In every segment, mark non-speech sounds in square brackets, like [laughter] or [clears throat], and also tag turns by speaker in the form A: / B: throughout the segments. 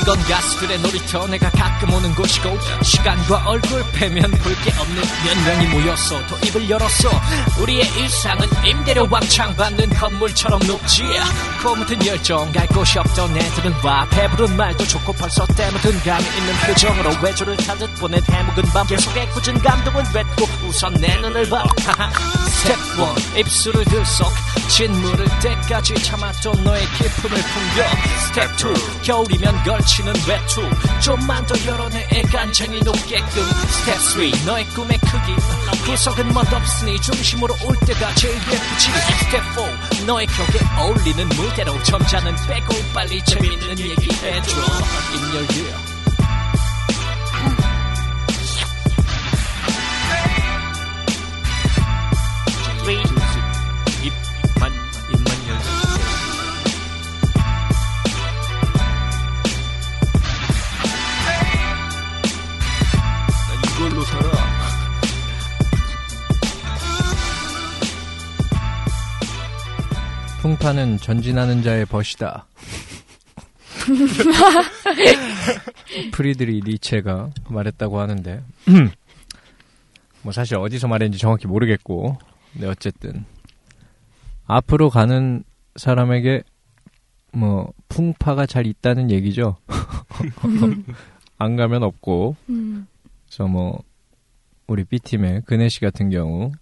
A: 이건 가수들의 놀이터 내가 가끔 오는 곳이고 시간과 얼굴 패면 볼 게 없는 몇 명이 모였어 또 입을 열었어 우리의 일상은 임대료 왕창 받는 건물처럼 높지 고무튼 열정 갈 곳이 없던 애들은 와 배부른 말도 좋고 벌써 때묻은 감이 있는 표정으로 외조를 타듯 보낸 해묵은 밤 계속의 꾸준 감동은 외고 우선 내 눈을 봐 스텝 1 뭐, 입술을 들썩 진물을 때까지 참았던 너의 기쁨을 풍겨 스텝 2 겨울이면 걸치는 외투 좀만 더 열어내 간장이 녹게끔 스텝 3 너의 꿈의 크기 구석은 멋없으니 중심으로 올 때가 제일 예쁘지 스텝 4 너의 격에 어울리는 무대로 점잖은 빼고 빨리 재밌는 얘기 해줘 In your ear Three. 입만 입만 열고
B: 난 이걸로 살아.
C: 풍파는 전진하는 자의 벗이다. 프리드리 니체가 말했다고 하는데, [clears throat] 뭐 사실 어디서 말했는지 정확히 모르겠고, 네, 어쨌든. 앞으로 가는 사람에게 뭐, 풍파가 잘 있다는 얘기죠. [laughs] 안 가면 없고,
D: 음.
C: 그래서 뭐 우리 B팀의 근혜 씨 같은 경우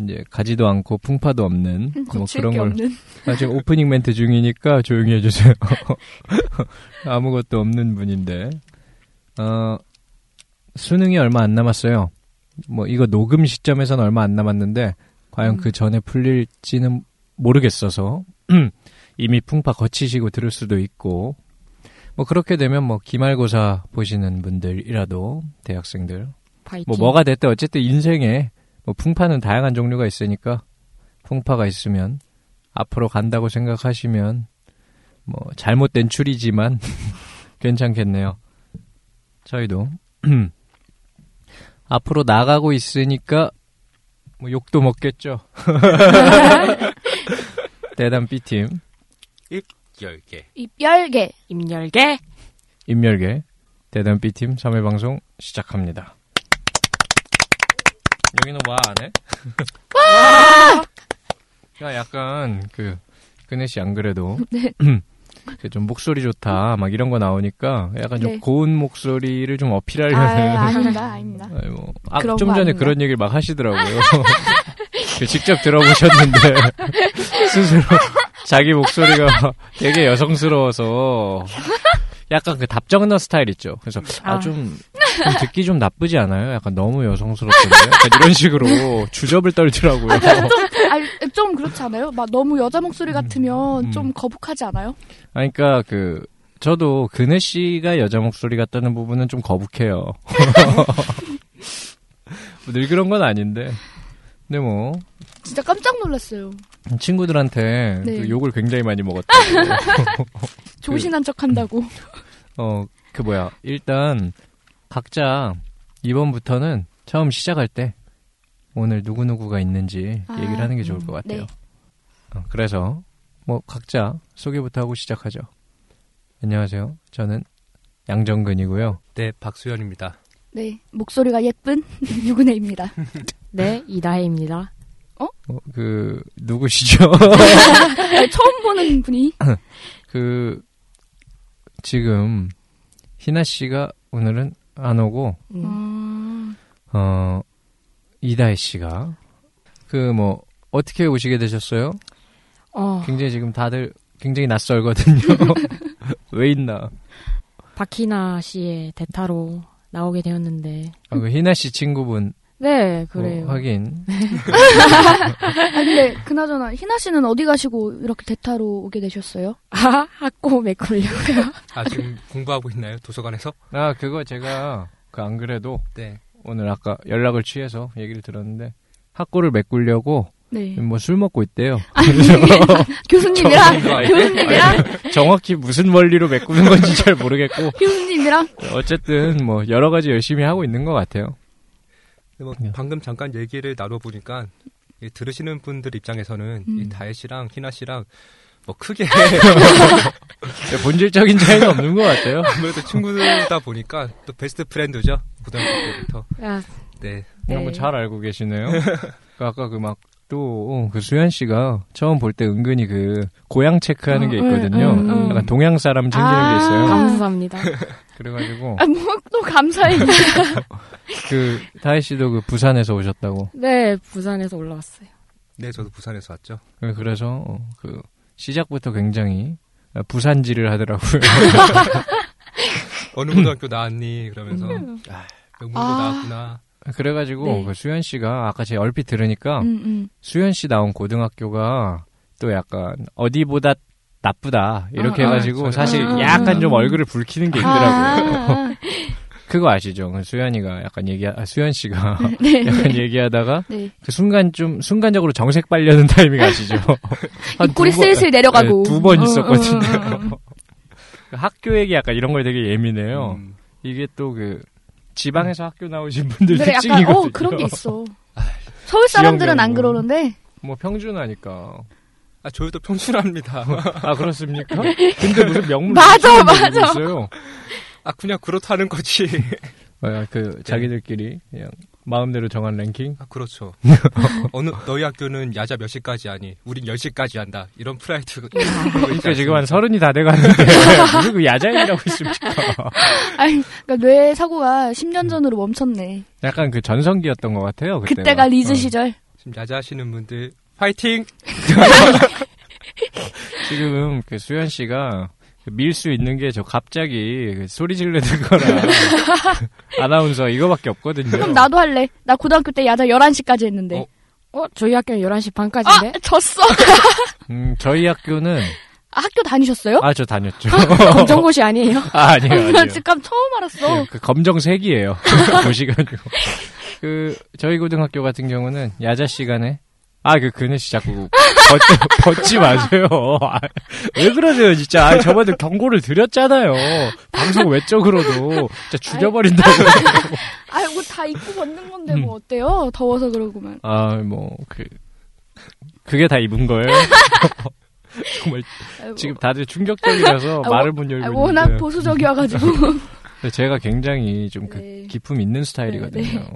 C: 이제 가지도 않고 풍파도 없는 뭐
D: 음, 고칠
C: 그런
D: 게
C: 걸
D: 없는.
C: 아, 지금 오프닝 멘트 중이니까 조용히 해주세요. [laughs] 아무것도 없는 분인데 어 수능이 얼마 안 남았어요. 뭐 이거 녹음 시점에선 얼마 안 남았는데 과연
D: 음.
C: 그 전에 풀릴지는 모르겠어서 [clears throat] 이미 풍파 거치시고 들을 수도 있고 뭐 그렇게 되면 뭐 기말고사 보시는 분들이라도 대학생들
D: 파이팅.
C: 뭐 뭐가 됐든 어쨌든 인생에 뭐 풍파는 다양한 종류가 있으니까 풍파가 있으면 앞으로 간다고 생각하시면 뭐 잘못된 추리지만 [laughs] 괜찮겠네요. 저희도 [clears throat] 앞으로 나가고 있으니까 뭐 욕도 먹겠죠. [laughs] 대단 B팀
E: 열개.
D: 입열계. 입열계.
C: 임열계 대단 B팀 3회 방송 시작합니다. 여기는 와 안 해? 와! [laughs] 야 약간 그 근혜 씨안 그래도
D: [laughs]
C: [clears throat]
D: 네.
C: 그좀 목소리 좋다 막 이런 거 나오니까 약간 좀
D: 네.
C: 고운 목소리를 좀
D: 아,
C: 어필하려는
D: 아닙니다, 아닙니다.
C: [laughs] 아니, 뭐. 아,
D: 그런
C: 좀
D: 거
C: 전에
D: 아닌가?
C: 그런 얘기를 막 하시더라고요. [laughs] 그 직접
D: [laughs]
C: 들어보셨는데, 스스로 자기 목소리가 [laughs] 되게 여성스러워서, 약간 그 답정너 스타일 있죠. 그래서, 아,
D: 아.
C: 좀, 좀 듣기 좀 나쁘지 않아요? 약간 너무 여성스럽던데? 약간 이런 식으로 주접을 [laughs] 떨더라고요.
D: 아니, 좀 그렇지 않아요? 막 너무 여자 목소리 같으면
C: 음.
D: 좀 거북하지 않아요?
C: 아니, 그러니까 그, 저도 그네 씨가 여자 목소리 같다는 부분은 좀 거북해요. [laughs] 늘 그런 건 아닌데. 근데 뭐,
D: 진짜 깜짝 놀랐어요.
C: 친구들한테
D: 네.
C: 그 욕을 굉장히 많이 먹었다. 그
D: 조신한 척 한다고.
C: 어, 그 뭐야. 일단 각자 이번부터는 처음 시작할 때 오늘 누구누구가 있는지
D: 아,
C: 얘기를 하는 게 좋을
D: 음,
C: 것 같아요.
D: 네.
C: 어, 그래서 뭐 각자 소개부터 하고 시작하죠. 안녕하세요. 저는 양정근이고요.
E: 네, 박수현입니다.
D: 네. 목소리가 예쁜 [laughs] 유근혜입니다.
F: 네, 이다혜입니다.
C: 어, 그
D: [laughs]
C: 누구시죠?
D: 아니, 네, 처음 보는 분이. 어.
C: 그 지금 희나 씨가 오늘은 안 오고
F: 음.
C: 어, 이다혜 씨가 그 뭐 어떻게 오시게 되셨어요?
F: 어,
C: 굉장히 지금 다들 굉장히 낯설거든요. [laughs] 왜 있나?
F: 박희나 씨의 대타로 나오게 되었는데.
C: 아, 그 희나 씨 친구분
F: 네,
C: 뭐
F: 그래요.
C: 하긴
D: 아, 근데 그나저나 희나 씨는 어디 가시고 이렇게 대타로 오게 되셨어요?
F: [laughs] 아, 학고 메꾸려고요.
E: 아 지금 공부하고 있나요? 도서관에서?
C: 아 그거 제가 그 안 그래도
E: 네.
C: 오늘 아까 연락을 취해서 얘기를 들었는데 학고를 메꾸려고
D: 네.
F: 음.
D: 아,
C: 뭐 술 먹고 있대요.
D: [laughs] 교수님이랑 교수님이랑
C: 정확히 무슨 원리로 메꾸는 건지 잘 모르겠고
D: 교수님이랑
C: 어쨌든 뭐 여러 가지 열심히 하고 있는 것 같아요.
E: 근데 뭐
C: 네.
E: 방금 잠깐 얘기를 나눠보니까 이 들으시는 분들 입장에서는
C: 음.
E: 이 다혜 씨랑 희나 씨랑 뭐 크게 [laughs]
C: 본질적인 차이는 없는 것 같아요.
E: 아무래도 친구다 보니까 또 베스트 프렌드죠 고등학교 때부터
F: 아,
E: 네
C: 이런 거 잘 알고
F: [laughs]
C: 계시네요. 그 아까 그 막 또 그 수현 씨가 처음 볼 때 은근히 그 고향 체크하는
F: 어,
C: 게
F: 음,
C: 있거든요.
F: 음,
E: 음.
C: 약간 동양 사람 챙기는
D: 아.
C: 게 있어요. [laughs]
F: 감사합니다.
C: 그래가지고
D: 아, 뭐또 감사해.
C: 그 다혜 씨도 그 부산에서 오셨다고.
F: 네, 부산에서 올라왔어요.
E: 네, 저도 부산에서 왔죠
C: 그- 그래서 어, 그 시작부터 굉장히 부산지를
F: [laughs]
C: 하더라고요. [laughs]
E: 어느 고등학교 나왔니 그러면서 아, 영문고
D: 아.
E: 나왔구나
C: 그래가지고
F: 네.
C: 그 수현 씨가 아까 제가 얼핏 들으니까
D: 음, 음.
C: 수현 씨 나온 고등학교가 또 약간 어디보다 나쁘다 이렇게
F: 어,
E: 아,
C: 해가지고
E: 아,
C: 사실
E: 아,
C: 약간
D: 아,
C: 좀
D: 아.
C: 얼굴을 붉히는 게 있더라고요.
D: 아,
C: 그거 아시죠? 그 수현이가 약간 얘기 아, 수현
D: [laughs]
C: 씨가 [laughs] 약간 얘기하다가
D: 네.
C: 그 순간 좀 순간적으로 정색 빨려는 타이밍
D: [laughs]
C: 아시죠? 한두
D: 입꼬리
C: 번-
D: 슬슬 내려가고
C: 네, 두번
D: 어,
C: 있었거든요.
D: 어, 어, 어.
C: [laughs] 그 학교 얘기 약간 이런 거에 되게 예민해요.
E: 음.
C: 이게 또 그 지방에서 학교 나오신 분들
D: 그래 음. 약간
C: 특징이거든요.
D: 어 그런 게 있어. 서울 사람들은 안 그러는데
C: [laughs] 뭐 평준하니까.
E: 아 저희도 평준합니다 [laughs]
C: 아 그렇습니까?
D: [laughs]
C: 근데 무슨 명문
D: 네. 맞아,
C: 수준을
D: 맞아.
C: 들고 있어요.
E: 아 그냥 그렇다는 거지 [laughs]
C: 아, 그 자기들끼리 그냥 마음대로 정한 랭킹.
E: 아
C: [laughs]
E: 그렇죠 어느 너희 학교는 야자 몇 시까지 하니 우린 10시까지 한다 이런 프라이드
C: 그러니까 지금 한 서른이 다 돼가는데 [laughs] 무슨 그 야자이라고 있습니까?
D: 아니, 그러니까 뇌 사고가 10년 전으로 멈췄네.
C: 약간 그 전성기였던 것 같아요. 음. 그때가,
D: 그때가 리즈
C: 어,
D: 시절.
E: 지금 야자 하시는 분들 화이팅
C: 지금 그 수현 씨가 밀 수 있는 게 저 갑자기 그 소리 지르는 거랑 [laughs] 아나운서 이거밖에 없거든요.
D: 그럼 나도 할래. 나 고등학교 때 야자 11시까지 했는데.
E: 어,
F: 어, 저희 학교는 11시
D: 아,
F: 반까지인데?
D: 졌어.
C: 음, 저희 학교는
D: 아, 학교 다니셨어요?
C: 아 저 다녔죠. [laughs]
F: 검정고시 아니에요?
C: 아, 아니에요.
D: [laughs] 나
C: 아니에요.
D: 지금 처음 알았어.
C: 예, 그 검정색이에요. [laughs] 보시가지고. 그 저희 고등학교 같은 경우는 야자 시간에 아, 그 그네 씨 자꾸 벗, 벗지 [laughs] 마세요. 아, 왜 그러세요, 진짜. 아, 저번에 경고를 드렸잖아요. 방송 외적으로도 진짜 죽여버린다고.
D: 아이고, 다 입고 벗는 건데
C: 음.
D: 뭐 어때요? 더워서 그러고만.
C: 아, 뭐 그 그게 다 입은 거예요. [laughs] 정말
D: 아이고.
C: 지금 다들 충격적이라서 네.
D: 아,
C: 말을 못 열고
D: 아,
C: 있는데
D: 워낙 보수적이어가지고.
C: 근데 제가 굉장히 좀 [laughs] 그
D: 네.
C: 기품 있는 스타일이거든요.
D: 네, 네.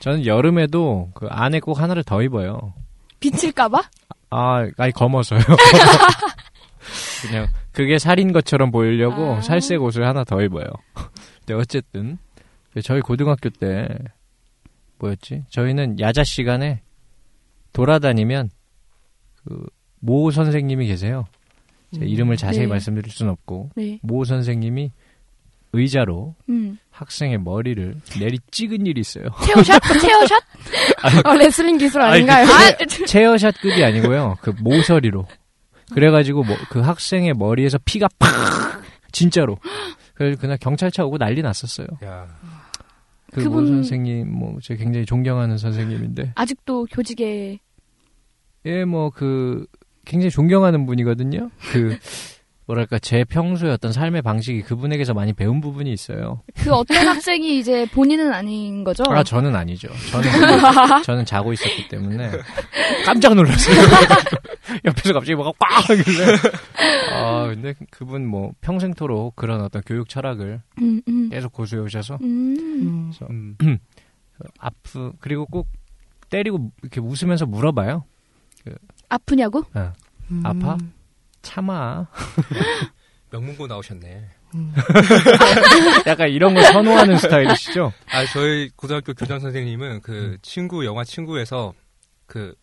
C: 저는 여름에도 그 안에 꼭 하나를 더 입어요.
D: 비칠까봐?
C: 아, 아니
D: [laughs]
C: 검어서요. 그냥 그게 살인 것처럼 보이려고
D: 아.
C: 살색 옷을 하나 더 입어요. 근데 어쨌든 그 저희 고등학교 때 뭐였지? 저희는 야자 시간에 돌아다니면 그 모 선생님이 계세요. 제
F: 음.
C: 이름을 자세히
D: 네.
C: 말씀드릴 순 없고
D: 네.
C: 모 선생님이 의자로
D: 음.
C: 학생의 머리를 내리 찍은 일이 있어요. [laughs]
D: 체어샷? 체어샷?
F: 어, 레슬링 기술
C: 네.
F: 아닌가요?
C: 체어샷급이 아니고요. 그 모서리로. 그래가지고 뭐, 그 학생의 머리에서 피가 팍 진짜로. 그래서 그날 경찰차 오고 난리 났었어요.
E: 야
C: 그
D: 그분-
C: 모 선생님 뭐 제가 굉장히 존경하는 선생님인데
D: 아직도 교직에.
C: 예 뭐 그 굉장히 존경하는 분이거든요. 그 뭐랄까 제 평소의 어떤 삶의 방식이 그분에게서 많이 배운 부분이 있어요.
D: 그 어떤 학생이 이제 본인은 아닌 거죠?
C: 아 저는 아니죠. 저는
D: 아?
C: 저는 자고 있었기 때문에 깜짝 놀랐어요. [laughs] 옆에서 갑자기 뭐가 꽉 하길래. 아 근데 그분 뭐 평생토록 그런 어떤 교육 철학을
D: [laughs] 음, 음.
C: 계속 고수해 오셔서
D: 음.
F: 음.
E: 음.
C: [clears throat] 아프 그리고 꼭 때리고 이렇게 웃으면서 물어봐요.
D: 아프냐고?
F: 음.
C: 아파? 참아. [laughs]
E: 명문고 나오셨네
C: 약간 이런 걸 선호하는 스타일이시죠?
E: 아 저희 고등학교 교장 선생님은 그 친구 영화 친구에서 그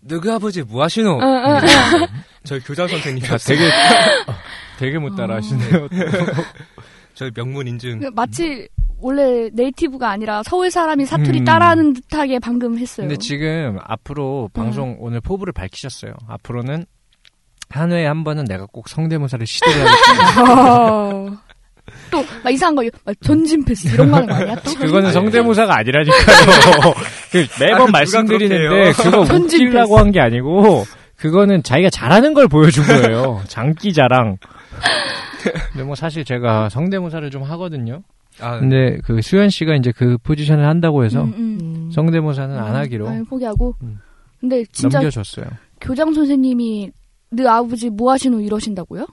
E: 너그 아버지 뭐 하시노
D: 응, 응,
C: 음.
E: 저희 교장
C: 아,
E: 선생님이었어요
C: 되게 되게 못 따라하시네요.
E: 저희 명문 인증.
D: 그 마치 원래 네이티브가 아니라 서울 사람이 사투리
C: 음.
D: 따라하는 듯하게 방금 했어요.
C: 근데 지금 앞으로 방송 오늘 포부를 밝히셨어요. 앞으로는 한 회에 한 번은 내가 꼭 성대모사를 시도를 하겠다.
F: 어,
D: 또 막 이상한 거, 막 전진 패스 이런 거 하는
C: [laughs]
D: 거 아니야? 또?
C: 그거는
E: 아니,
C: 성대모사가 아니라니까요. [laughs] 그 매번
E: 아, 누가
C: 말씀드리는데
E: 그렇게
C: 그거 [laughs]
D: 전진
C: 웃기려고 한 게 아니고 그거는 자기가 잘하는 걸 보여준 [laughs] 거예요. 장기 자랑. 근데 뭐 사실 제가 성대모사를 좀 하거든요.
E: 아,
C: 근데 그 수현 씨가 이제 그 포지션을 한다고 해서
D: 음, 음.
C: 성대모사는 안
D: 아니,
C: 하기로
D: 포기하고.
C: 음.
D: 근데 진짜
C: 넘겨줬어요.
D: 교장 선생님이 너 아버지 뭐 하시노 이러신다고요?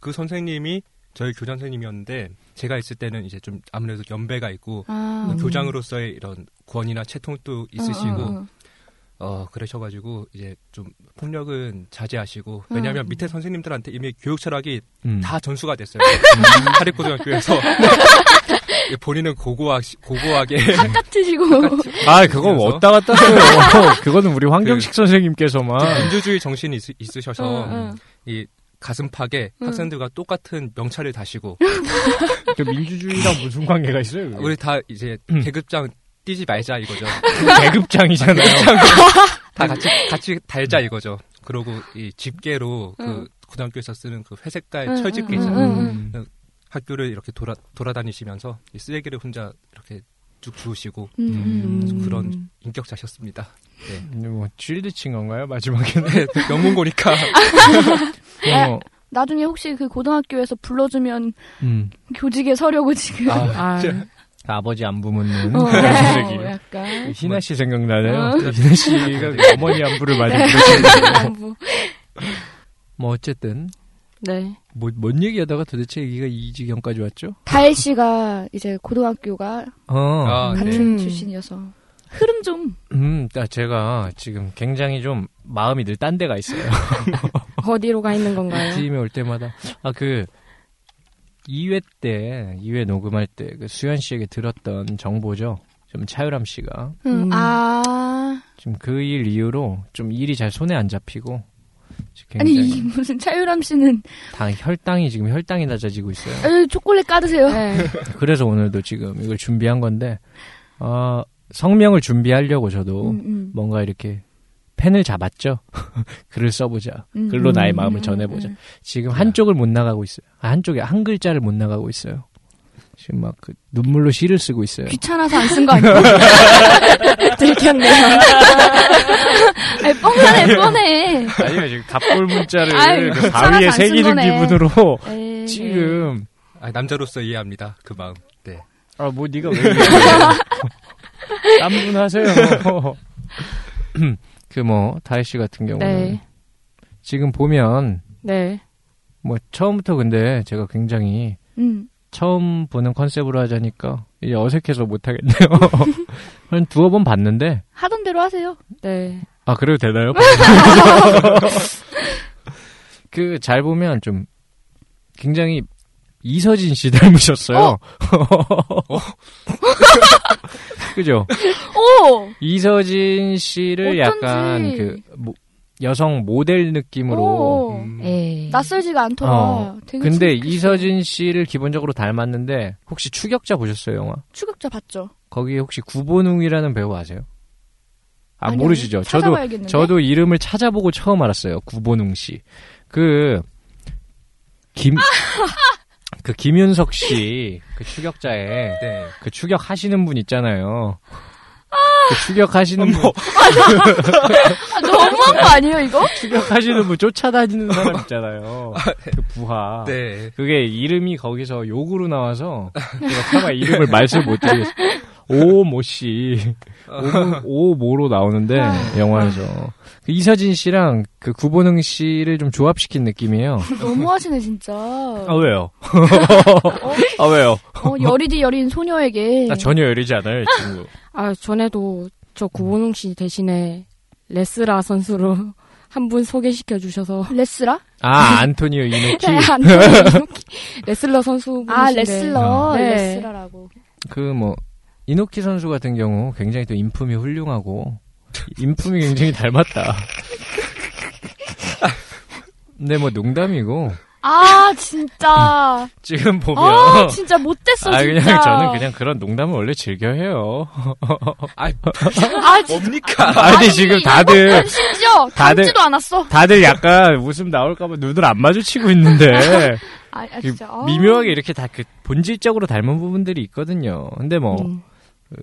E: 그 선생님이 저희 교장 선생님이었는데 제가 있을 때는 이제 좀 아무래도 연배가 있고
C: 음,
D: 아,
E: 교장으로서의 이런 권위나 채통도 있으시고
D: 어, 어, 어.
E: 어, 그러셔가지고 이제 좀 폭력은 자제하시고 왜냐하면
D: 음.
E: 밑에 선생님들한테 이미 교육 철학이
C: 음.
E: 다 전수가 됐어요. [laughs] 사립고등학교에서 [laughs] 네. 본인은 고고하
C: [laughs]
E: 고고하게
D: 깍지시고
C: 아, 그건
E: 그래서?
C: 왔다 갔다 써요. [laughs] 그거는 우리 황경식 선생님께서만.
E: 민주주의 정신이 있, 으셔
D: [laughs]
E: 서
D: 어, 어.
E: 이 가슴팍에 학생들과 똑같은 명찰을 다시고
C: 그 민주주의랑 무슨 관계가 있어요? 그게?
E: 우리 다 이제
C: 음.
E: 계급장 뛰지 말자 이거죠.
C: 계급장이잖아요.
E: 다 같이 같이 달자
C: 음.
E: 이거죠. 그러고 이 집게로 그
D: 응.
E: 고등학교에서 쓰는 그 회색깔
D: 응,
E: 철집게
D: 응,
E: 있잖아요.
D: 응, 응.
C: 음.
E: 학교를 이렇게 돌아 돌아다니시면서 이 쓰레기를 혼자 이렇게 쭉 주우시고
D: 음, 음.
E: 그런 인격자셨습니다. 네.
C: 근데 뭐 쉴드 친 건가요 마지막에는? [laughs]
E: 네, 명문고니까
C: 어,
D: 나중에 혹시 그 고등학교에서 불러주면
C: 음.
D: 교직에 서려고 지금
E: 아,
F: 아,
C: 아버지 안 부묻는
D: 어,
C: [laughs] 쓰레기.
D: 어, 약간
C: 희나 씨 네. 생각나네요.
D: 어.
C: [laughs] 희나 씨가 어머니 안부를 많이 부르시는
D: 뭐.
C: [laughs] 뭐 어쨌든
F: 네.
C: 뭐, 뭔 얘기하다가 도대체 얘기가 이 지경까지 왔죠?
D: 다혜 씨가 이제 고등학교가
C: 어,
E: 아, 네.
D: 같은
F: 음.
D: 출신이어서 흐름 좀
C: 음, 아, 제가 지금 굉장히 좀 마음이 늘 딴 데가 [laughs] 있어요.
F: 어디로 가 있는 건가요?
C: 팀에 올 때마다 아 그 2회 때 2회 녹음할 때 그 수현 씨에게 들었던 정보죠. 좀 차유람 씨가
D: 음.
F: 음.
D: 아
C: 지금 그 일 이후로 좀 일이 잘 손에 안 잡히고 지금
D: 아니
C: 굉장히
D: 이 무슨 차유람 씨는
C: 당 혈당이 지금 혈당이 낮아지고 있어요.
D: 에이, 초콜릿 까드세요
F: 네.
C: 그래서 오늘도 지금 이걸 준비한 건데 어, 성명을 준비하려고 저도
D: 음, 음.
C: 뭔가 이렇게 펜을 잡았죠. [laughs] 글을 써보자.
D: 음.
C: 글로 나의
D: 음,
C: 마음을
D: 음,
C: 전해보자.
D: 음.
C: 지금 한쪽을 못 나가고 있어요. 아, 한쪽에 한 글자를 못 나가고 있어요. 지금 막 그 눈물로 시를 쓰고 있어요.
D: 귀찮아서 안 쓴 거
C: [laughs]
D: 아니야?
F: 들켰네요.
D: 아니, 뻔하네 뻔해
C: 아니요 지금 갑골 문자를
D: 아유, 그 바위에 살아서 안쓴 새기는 거네. 네.
C: 기분으로
D: 에이.
C: 지금
E: 아, 남자로서 이해합니다 그 마음. 네.
C: 아 뭐 네가 왜 [laughs] 땀분 하세요. 뭐. [clears throat] 그 뭐 다혜 씨 같은 경우는
F: 네.
C: 지금 보면
F: 네.
C: 뭐 처음부터 근데 제가 굉장히
D: 음.
C: 처음 보는 컨셉으로 하자니까 이제 어색해서 못 하겠네요. [laughs] 한 두어 번 봤는데
D: 하던 대로 하세요
F: 네.
C: 아 그래도 되나요? [laughs] 그 잘 보면 좀 굉장히 이서진 씨 닮으셨어요. [laughs] 그죠?
D: 오
C: 이서진 씨를
D: 어쩐지.
C: 약간 그 모- 여성 모델 느낌으로
D: 오.
E: 음.
F: 에이.
D: 낯설지가 않더라.
C: 어.
D: 되게
C: 근데
D: 어, 재밌겠어.
C: 이서진 씨를 기본적으로 닮았는데 혹시 추격자 보셨어요 영화?
D: 추격자 봤죠?
C: 거기 혹시 구본웅이라는 배우 아세요? 아
D: 아니요.
C: 모르시죠? 저도
D: 찾아봐야겠는데?
C: 저도 이름을 찾아보고 처음 알았어요. 구본웅 씨. 그
D: [laughs]
C: 김, 그 김윤석 씨, 그 추격자에,
E: 네.
C: 그 추격하시는 분 있잖아요. 그 추격하시는 분,
D: 아, 너무한 거 아니에요 이거?
C: 추격하시는 분 쫓아다니는 [laughs] 사람 있잖아요. 그 부하.
E: 네.
C: 그게 이름이 거기서 욕으로 나와서 제가 차마 이름을 말씀 못 드리겠어요. 오모 씨, 오, 모로 나오는데 영화에서 그 이서진 씨랑 그 구본흥 씨를 좀 조합시킨 느낌이에요.
D: 너무하시네 진짜.
C: 아
D: 어,
C: 왜요? 아 왜요?
D: 여리디 여린 소녀에게.
C: 나 전혀 여리지 않아요, 이 친구.
F: 아, 전에도 저 구본웅 씨 대신에 레스라 선수로 [laughs] 한 분 소개시켜
D: [laughs]
F: 주셔서
D: 레스라?
C: 아 안토니오 이노키.
F: 네, 안 돼요. 레슬러 선수
D: 아 레슬러.
C: 아.
F: 네.
D: 레스라라고.
C: 그 뭐 이노키 선수 같은 경우 굉장히 또 인품이 훌륭하고 인품이 굉장히 닮았다. 근데 뭐 농담이고
D: 아 진짜.
C: 지금 보면
D: 아 진짜 못됐어
C: 아, 그냥
D: 진짜.
C: 저는 그냥 그런 농담을 원래 즐겨해요.
D: 아 진짜.
E: 뭡니까?
C: 아니 지금 다들
D: 이건 심지어
C: 다들-
D: 닮지도 않았어.
C: 다들 약간 웃음 나올까봐 눈을 안 마주치고 있는데
D: 아, 아 진짜. 아.
C: 미묘하게 이렇게 다 그 본질적으로 닮은 부분들이 있거든요. 근데 뭐
F: 음.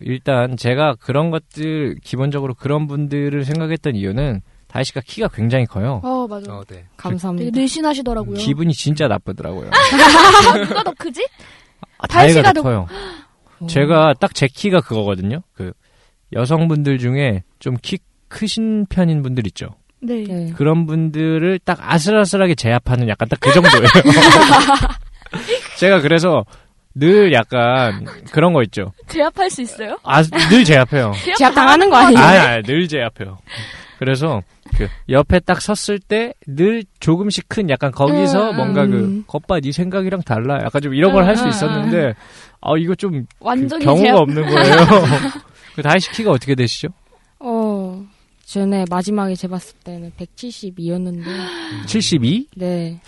C: 일단 제가 그런 것들 기본적으로 그런 분들을 생각했던 이유는 다혜 씨가 키가 굉장히 커요.
D: 어 맞아.
E: 어, 네.
D: 되게
F: 감사합니다.
D: 늘씬하시더라고요.
C: 기분이 진짜 나쁘더라고요.
D: 누가 더 크지?
C: 아,
D: 아, 다혜
C: 다혜가
D: 씨가
C: 더
D: 더- 음.
C: 커요.
D: 네.
F: 어,
C: 제가 딱 제 키가 그거거든요. 그 여성분들 중에 좀 키 크신 편인 분들 있죠.
D: 네.
F: 네.
C: 그런 분들을 딱 아슬아슬하게 제압하는 약간 딱 그
D: [laughs]
C: 정도예요. 제가 그래서 늘 약간 그런 거 있죠.
D: 제압할 수 있어요?
C: 아, 늘 제압해요.
D: 네.
F: 제압 당하는 거 아니에요?
C: 아니, 아니, 늘 제압해요. 그래서 그 옆에 딱 섰을 때 늘 조금씩 큰 약간 거기서
D: 음,
C: 뭔가 그
F: 음.
C: 겉바 네 생각이랑 달라. 약간 좀 이런 걸 할 수
F: 음, 음,
C: 있었는데 아 이거 좀 그
D: 완전히
C: 경우가
D: 제압.
C: 없는 거예요. [laughs] 그 다이시 키가 어떻게 되시죠?
F: 어, 전에 마지막에 재봤을 때는 172였는데,
C: 72?
F: 네.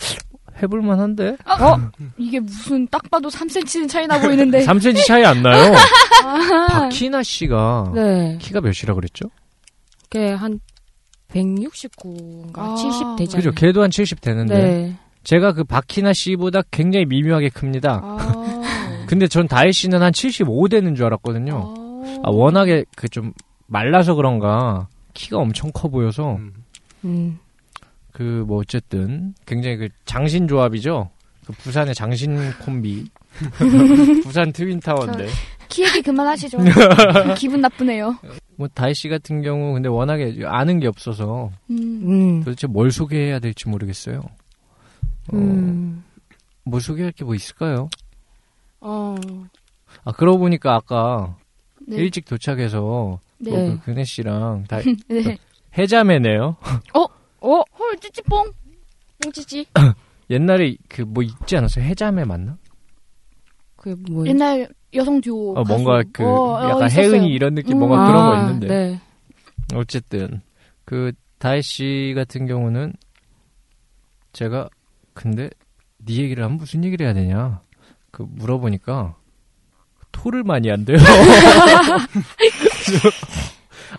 C: 해볼만한데?
D: 어? 이게 무슨 딱 봐도 3cm는 차이나
F: 네.
D: 보이는데.
C: 3cm 차이 안
F: [laughs]
C: 나요. 박희나 씨가
F: 아. 네.
C: 키가 몇이라 그랬죠?
F: 그게 한 169인가
D: 아.
F: 70 되잖아요.
C: 그죠? 걔도 한 70 되는데
F: 네.
C: 제가 그 박희나 씨보다 굉장히 미묘하게
F: 아.
C: 큽니다.
D: 아.
C: 근데 전 다혜 씨는 한 75 되는 줄 알았거든요. 아, 워낙에 그 좀 말라서 그런가 키가 엄청 커 보여서
E: 음.
F: 음.
C: 그 뭐 어쨌든 굉장히 그 장신 조합이죠. 그 부산의 장신 콤비. [laughs] 부산 트윈타워인데.
D: 키 얘기
C: [laughs]
D: 그만하시죠. 기분 나쁘네요.
C: 뭐 다혜 씨 같은 경우 근데 워낙에 아는 게 없어서
D: 음.
F: 음.
C: 도대체 뭘 소개해야 될지 모르겠어요. 어,
F: 음.
C: 뭐 소개할 게 뭐 있을까요?
F: 어.
C: 아 그러고 보니까 아까
D: 네.
C: 일찍 도착해서
D: 네.
C: 뭐
F: 네.
C: 그 근혜 씨랑 다
D: [laughs] 네.
C: 해자매네요. 뭐.
D: 어? 헐 찌찌뽕. 뽕찌찌.
C: 어, 옛날에 그 뭐 있지 않았어요? 해자매 맞나?
F: 그게 뭐예요?
D: 옛날 여성 듀오.
C: 어, 뭔가
D: 가수.
C: 그
D: 어, 어,
C: 약간
D: 있었어요.
C: 혜은이 이런 느낌
D: 음.
C: 뭔가 뭐 그런 거
F: 아,
C: 있는데
F: 네.
C: 어쨌든 그 다혜 씨 같은 경우는 제가 근데 네 얘기를 하면 무슨 얘기를 해야 되냐 그 물어보니까 토를 많이 한대요. [laughs]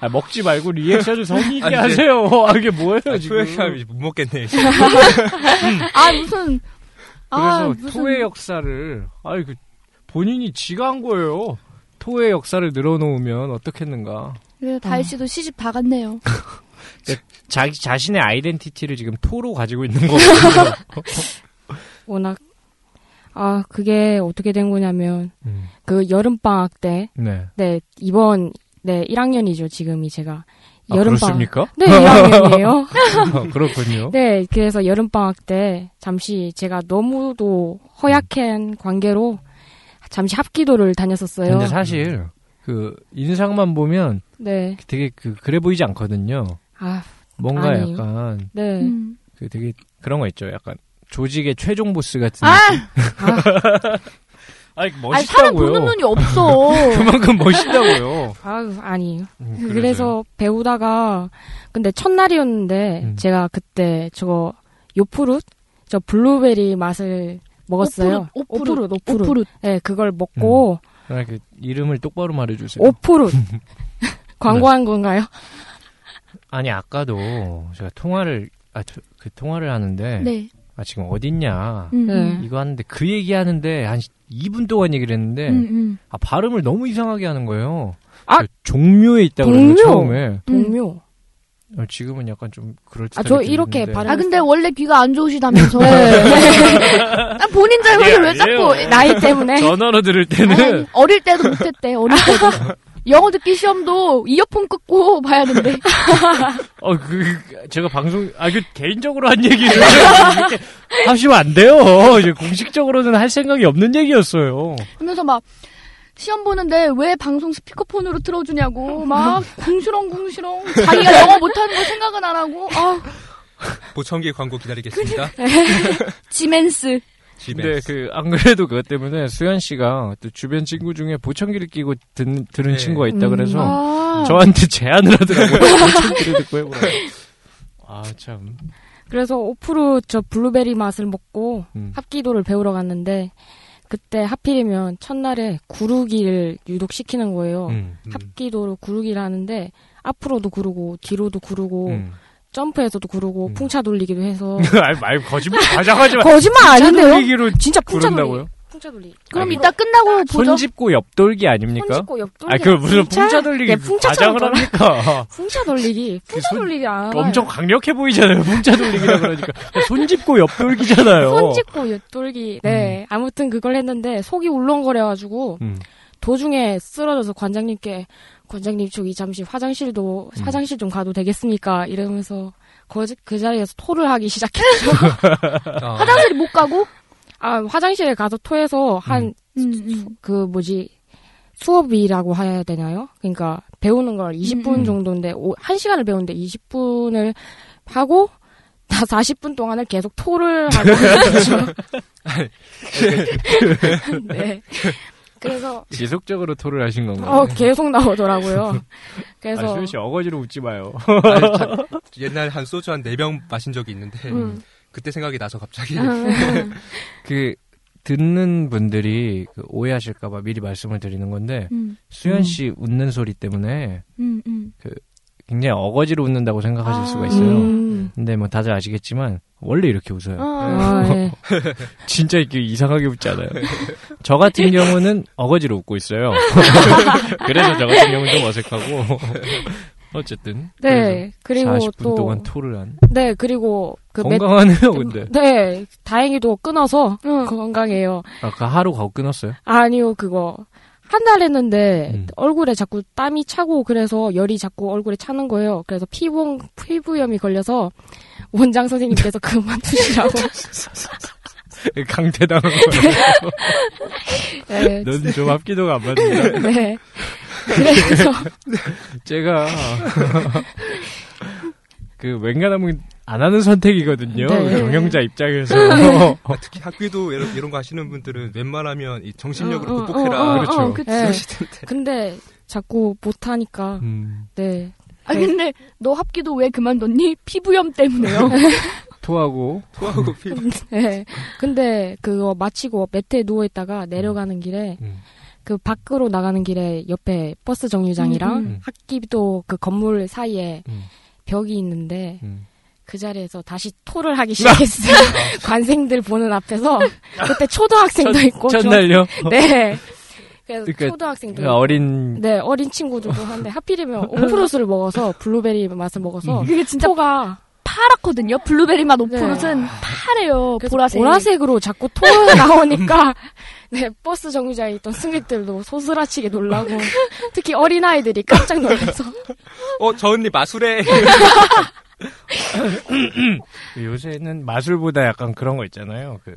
C: 아, 먹지 말고 리액션을 성의 있게
E: 아니,
C: 하세요. 아, 이게 뭐예요
E: 아,
C: 지금?
E: 소액함이 못 먹겠네.
C: [laughs]
D: 아 무슨. 아
C: 그래서
D: 무슨.
C: 토의 역사를 아이 그 본인이 지가 한 거예요. 토의 역사를 늘어놓으면 어떻겠는가?
D: 네, 다혜 씨도 시집 다 갔네요.
C: 자기 자신의 아이덴티티를 지금 토로 가지고 있는 거거든요.
F: 워낙 아 그게 어떻게 된 거냐면
C: 음.
F: 그 여름 방학 때
C: [laughs] 네.
F: 네, 이번 네 1학년이죠 지금이 제가
C: 아,
F: 여름 방학
C: 그렇습니까? [laughs]
F: 네 1학년이에요. [laughs]
C: 아, 그렇군요.
F: 네 그래서 여름 방학 때 잠시 제가 너무도
C: 음.
F: 허약한 관계로 잠시 합기도를 다녔었어요.
C: 근데 사실 그 인상만 보면
F: 네.
C: 되게 그 그래 보이지 않거든요.
F: 아,
C: 뭔가
F: 아니에요.
C: 약간
F: 네.
D: 음.
C: 그 되게 그런 거 있죠. 약간 조직의 최종 보스 같은.
D: 아!
C: [laughs] 아,
D: 아니 사람 보는 눈이 없어.
C: [laughs] 그만큼 멋있다고요.
F: 아, 아니에요.
C: 음,
F: 그래서,
C: 그래서요.
F: 배우다가 근데 첫날이었는데
C: 음.
F: 제가 그때 저거 요푸릇 저 블루베리 맛을 먹었어요.
D: 오프룻,
F: 오프룻, 오프룻.
D: 오프룻.
F: 네, 그걸 먹고
C: 아, 그 이름을 똑바로
F: 어?
C: 말해주세요. [laughs]
F: 오프룻
C: 네.
F: 광고한 건가요?
C: 아니 아까도 제가 통화를 아 그 통화를 하는데
D: 네.
C: 아 지금 어딨냐
D: 음.
F: 네.
C: 이거 하는데 그 얘기하는데 한 2분 동안 얘기를 했는데
D: 음, 음.
C: 아 발음을 너무 이상하게 하는 거예요.
F: 아!
C: 그 종묘에 있다 그래서
F: 종묘!
C: 처음에
F: 동료.
C: 어, 지금은 약간 좀 그럴 듯.
F: 아, 저 이렇게 발음-
D: 아 근데 원래 귀가 안 좋으시다면서.
F: 네.
D: [laughs] 아, 본인 잘못을 왜 자꾸
F: 나이 때문에
C: 전화로 들을 네.
D: 아니, 어릴 때도 못했대. 어릴 때도. 영어 듣기 시험도 이어폰 끄고 봐야 된대.
C: 어그 제가 방송 아 그 개인적으로 한 얘기를 이렇게 하시면 안 돼요. 이제 공식적으로는 할 생각이 없는 얘기였어요.
D: 하면서 막 시험 보는데 왜 방송 스피커폰으로 틀어주냐고 막 궁시렁궁시렁 자기가 영어 못하는 거 생각은 안 하고 아
E: 보청기 광고 기다리겠습니다.
D: 지멘스
E: 집에.
C: 근데 그 안 그래도 그것 때문에 수현 씨가 또 주변 친구 중에 보청기를 끼고 듣는, 들은
E: 네.
C: 친구가 있다
F: 음.
C: 그래서
D: 아
C: [laughs] 저한테 제안을 하더라고요. 보청기를 듣고 해보라고. 아 참.
F: 그래서 오프로 저 블루베리 맛을 먹고
C: 음.
F: 합기도를 배우러 갔는데 그때 하필이면 첫날에 구르기를 유독 시키는 거예요.
C: 음.
F: 합기도로 구르기를 하는데 앞으로도 구르고 뒤로도 구르고
C: 음.
F: 점프해서도 구르고
C: 음.
F: 풍차
C: [laughs]
F: 돌리기도 해서
C: 아니, 말 거짓말 가장하지 마.
F: 거짓말 아닌데요?
C: 어? 돌리기로
F: 진짜 풍차 돌리.
C: 구른다고요?
F: 풍차 뭐 돌리.
D: 그럼
C: 아니,
D: 이따 끝나고 보죠.
C: 손짚고 옆돌기 아닙니까?
F: 손짓고 옆돌기.
C: 아, 그 무슨 풍차 돌리기
F: 네, 풍차처럼
C: 가장을
F: 돌아.
C: 합니까?
F: 풍차 돌리기. 풍차
C: 그 손-
F: 돌리기 안 알아요.
C: 엄청 강력해 보이잖아요. 풍차 돌리기라 그러니까 손짚고 옆돌기잖아요.
F: 손짓고 옆돌기. 네. 아무튼 그걸 했는데 속이 울렁거려가지고
C: 음.
F: 도중에 쓰러져서 관장님께 관장님 저기 잠시 화장실도
C: 음.
F: 화장실 좀 가도 되겠습니까? 이러면서 거, 그 자리에서 토를 하기 시작했죠.
D: [laughs]
E: 아,
D: 화장실 못 가고.
F: 아 화장실에 가서 토해서 한 그
D: 음, 음.
F: 뭐지 수업이라고 해야 되나요? 그러니까 배우는 걸 20분
C: 음.
F: 정도인데 오, 1시간을 배우는데 20분을 하고 다 40분 동안을 계속 토를
C: [laughs]
F: 하고 있었죠. [laughs] 네. 그래서
C: 지속적으로 토를 하신 건가요?
F: 어 계속 나오더라고요.
C: 아,
F: 그래서
C: 수현 씨 어거지로 웃지 마요.
E: 아니, 참, 옛날 한 소주 한 네 병 마신 적이 있는데
F: 음.
E: 그때 생각이 나서
C: [laughs]
E: 갑자기
D: 음.
E: [laughs]
C: 그 듣는 분들이 그 오해하실까봐 미리 말씀을 드리는 건데
D: 음,
C: 수현 씨 웃는 소리 때문에
D: 음, 음.
C: 굉장히 어거지로 웃는다고 생각하실
D: 아.
C: 수가 있어요. 네.
F: 음.
C: 근데 뭐 다들 아시겠지만 원래 이렇게 웃어요.
D: 아,
F: 아,
C: [laughs]
F: 예.
C: 진짜 이렇게 이상하게 웃지
F: [laughs]
C: 않아요. 저 같은 경우는 어거지로 웃고 있어요. 그래서 저 같은 경우는 좀 어색하고 어쨌든
F: 네.
C: 그래서
F: 그리고
C: 40분
F: 또
C: 동안 토를 한
F: 네, 그리고 그 매-
C: 건강하네요, 근데.
F: 네, 다행히도 끊어서
D: 응.
F: 건강해요.
C: 아까 하루 가고 끊었어요.
F: 아니요, 그거 한 달 했는데
C: 음.
F: 얼굴에 자꾸 땀이 차고 그래서 열이 자꾸 얼굴에 차는 거예요. 그래서 피부 피부염이 걸려서 원장
E: [laughs]
F: 선생님께서 그만두시라고.
C: [laughs] 강퇴당한 거예요.
F: 네,
C: 넌 좀 합기도가 안 맞는다.
F: [laughs]
E: [laughs]
F: 네. 그래서
C: 제가 그 웬간하면 안 하는 선택이거든요.
F: 네.
C: 경영자 입장에서 [laughs]
E: 아, 특히 학교도 이런, 이런 거 하시는 분들은 웬만하면 이 정신력으로
F: 어, 어,
E: 극복해라
F: 어, 어,
C: 그렇죠.
D: 그치.
F: 네. 근데 자꾸 못 하니까
C: 음,
F: 네.
D: 아 근데 너 합기도 왜 그만뒀니? 피부염
F: [laughs]
D: 때문에요.
C: 토하고
E: 토하고 피
F: 네. 근데 그거 마치고 매트에 누워 있다가 내려가는 길에
C: 음.
F: 그 밖으로 나가는 길에 옆에 버스 정류장이랑
D: 음,
C: 음.
F: 학기도 그 건물 사이에
C: 음.
F: 벽이 있는데
C: 음.
F: 그 자리에서 다시 토를
C: [laughs]
F: 하기 시작했어요. 관생들 보는 앞에서 그때 초등학생도 있고 중-
C: 아. 첫날요.
F: 네. 그래서
C: 그러니까
F: 초등학생도
C: 그 어린
F: 네 어린 친구들도 한데 하필이면 오프로스를 먹어서 블루베리 맛을 먹어서
D: 그게 진짜
F: 토가
D: 파랗거든요. 블루베리 맛 오프롯은
F: 네.
C: 뭐
D: 파래요.
F: 그래서
D: 보라색.
F: 보라색으로 자꾸
C: [laughs]
F: 토가 나오니까 네 버스 정류장에 있던 승객들도 소스라치게 놀라고
C: 아, 그
F: 특히 어린 아이들이
C: [laughs]
F: 깜짝 놀라서
E: 어, 저 언니 마술해. [laughs]
C: 요새는 마술보다 약간 그런 거 있잖아요. 그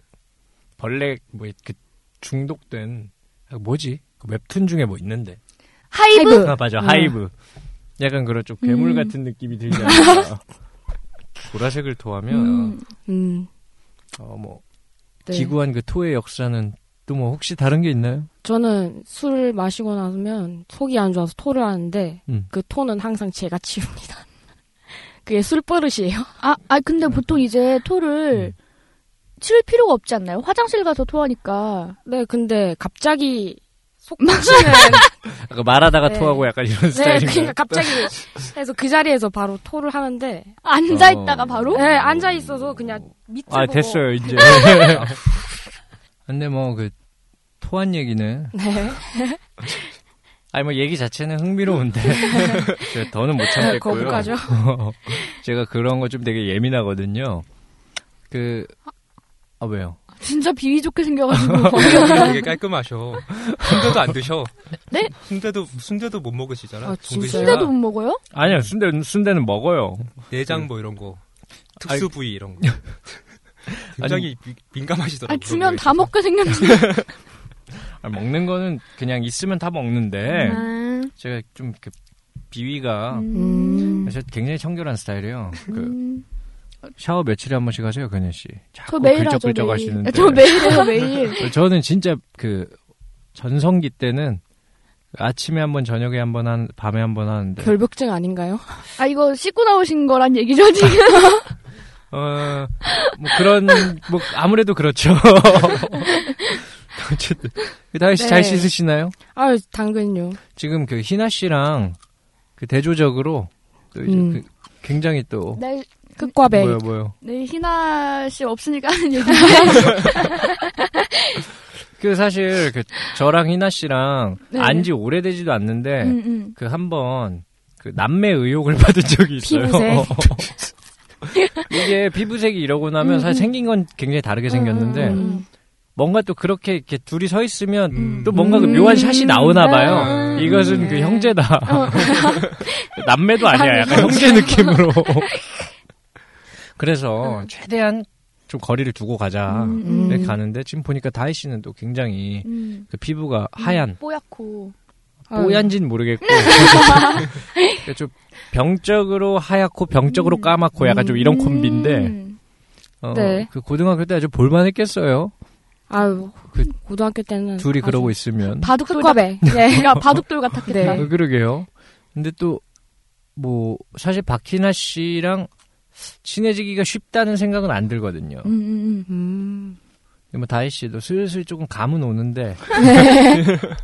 C: 벌레 뭐 그 중독된 아, 뭐지? 그 웹툰 중에 뭐 있는데.
D: 하이브.
F: 하이브.
C: 아 맞아
F: 음.
C: 하이브. 약간 그런 좀 괴물
D: 음.
C: 같은 느낌이
F: [laughs]
C: 들지 않나. 보라색을 토하면
D: 음.
F: 음,
C: 어 뭐
F: 네.
C: 기구한 그 토의 역사는 또 뭐 혹시 다른 게 있나요?
F: 저는 술을 마시고 나면 속이 안 좋아서 토를 하는데
C: 음.
F: 그 토는 항상 제가 치웁니다. [laughs] 그게 술 버릇이에요.
D: 아, 아 근데 보통 이제 토를
C: 음.
D: 치울 필요가 없지 않나요? 화장실 가서 토하니까.
F: 네, 근데 갑자기 속
C: [laughs] 아까 말하다가
F: 네.
C: 토하고 약간 이런
F: 네,
C: 그 스타일인가요?
F: 그러니까 갑자기 해서 그 자리에서 바로 토를 하는데
D: 앉아 있다가 바로
F: 네, 앉아 있어서 그냥 밑을
C: 아
F: 보고
C: 됐어요 이제. [laughs] 근데 뭐 그 토한 얘기는
F: 네,
C: 아니 뭐 얘기 자체는 흥미로운데 제가 더는 못 참겠고요.
F: 네, 거북하죠.
C: [laughs] 제가 그런 거 좀 되게 예민하거든요. 그 아, 왜요?
D: 진짜 비위 좋게
C: [laughs]
D: 생겨가지고.
E: 되게 깔끔하셔. 순대도 안 드셔.
D: 네?
E: 순대도 순대도 못 먹으시잖아.
F: 아,
E: 동근
F: 진짜요?
E: 씨가.
D: 순대도 못 먹어요?
C: 아니요 순대 순대는 먹어요.
E: 내장 뭐 이런 거 특수 부위 이런 거. 굉장히 미-
D: 아
E: 민감하시더라고요.
C: 그렇죠.
D: 주면 다 먹게 생겼는데.
C: 아, 먹는 거는 그냥 있으면 다 먹는데
D: 네. 음.
C: 제가 좀 그 비위가
F: 음,
C: 제가 굉장히 청결한 스타일이에요. 그
D: 음.
C: 샤워 며칠에 한 번씩 하세요, 근현 씨.
D: 저
C: 자꾸
D: 매일 하죠.
C: 글적글적
D: 매일.
C: 하시는데.
D: 저 매일 해요 매일.
C: 저는 진짜 그 전성기 때는 아침에 한 번, 저녁에 한 번, 한 밤에
F: 그
C: 한 번 하는데
F: 결벽증 아닌가요?
C: [laughs]
D: 아 이거 씻고 나오신 거란 얘기죠 지금.
C: 어, 뭐 그런, 뭐, 아무래도 그렇죠. 어쨌든. 그 다혜 씨 잘
F: 네.
C: 씻으시나요?
F: 아유, 당근요.
C: 지금 그 희나 씨랑 그 대조적으로 또 이제
F: 음. 네.
C: 그 굉장히 또.
D: 내일
F: 끝과 배.
C: 뭐요, 뭐요.
D: 내일 네, 희나 씨 없으니까 하는
C: 네.
D: 얘기.
C: 그 사실 그 저랑 희나 씨랑
D: 네.
C: 안지 오래되지도 않는데
D: 음, 음.
C: 그 한번 그 남매 의혹을 [laughs] 받은 적이 있어요.
F: 피부색.
C: [laughs] 이게 피부색이 이러고 나면
D: 음,
C: 사실
D: 음.
C: 생긴 건 굉장히 다르게 생겼는데
F: 음, 음.
C: 뭔가 또 그렇게 이렇게 둘이 서 있으면
E: 음.
C: 또 뭔가 그 묘한 샷이 나오나 봐요.
D: 아,
E: 음.
D: 네.
C: 이것은 그 형제다. [laughs] 남매도 아니야. 약간
F: 남매.
C: 형제 느낌으로. 그래서 최대한 좀 거리를 두고 가자.
D: 음,
C: 이렇게
F: 음.
C: 가는데 지금 보니까 다혜 씨는 또 굉장히
D: 음.
C: 그 피부가 하얀
D: 뽀얗고.
C: 음.
F: 아유.
C: 뽀얀진
F: [laughs]
C: 모르겠고 그러니까 좀 병적으로 하얗고 병적으로
D: 음.
C: 까맣고 약간 좀 이런
D: 음.
C: 콤비인데 어,
F: 네.
C: 그 고등학교 때 아주 볼만했겠어요
F: 아유,
C: 그
F: 고등학교 때는.
C: 둘이
F: 아주 네.
C: 그러고 있으면
D: 바둑돌
F: 끝과
D: 같.
F: 배. 예.
D: 그러니까 바둑돌 같았겠다.
C: 어, 그러게요 근데 또 뭐 사실 박희나 씨랑 친해지기가 쉽다는 생각은 안 들거든요
D: 음, 음, 음.
F: 음.
C: 근데 뭐 다혜 씨도 슬슬 조금 감은 오는데
F: 네.
C: [laughs]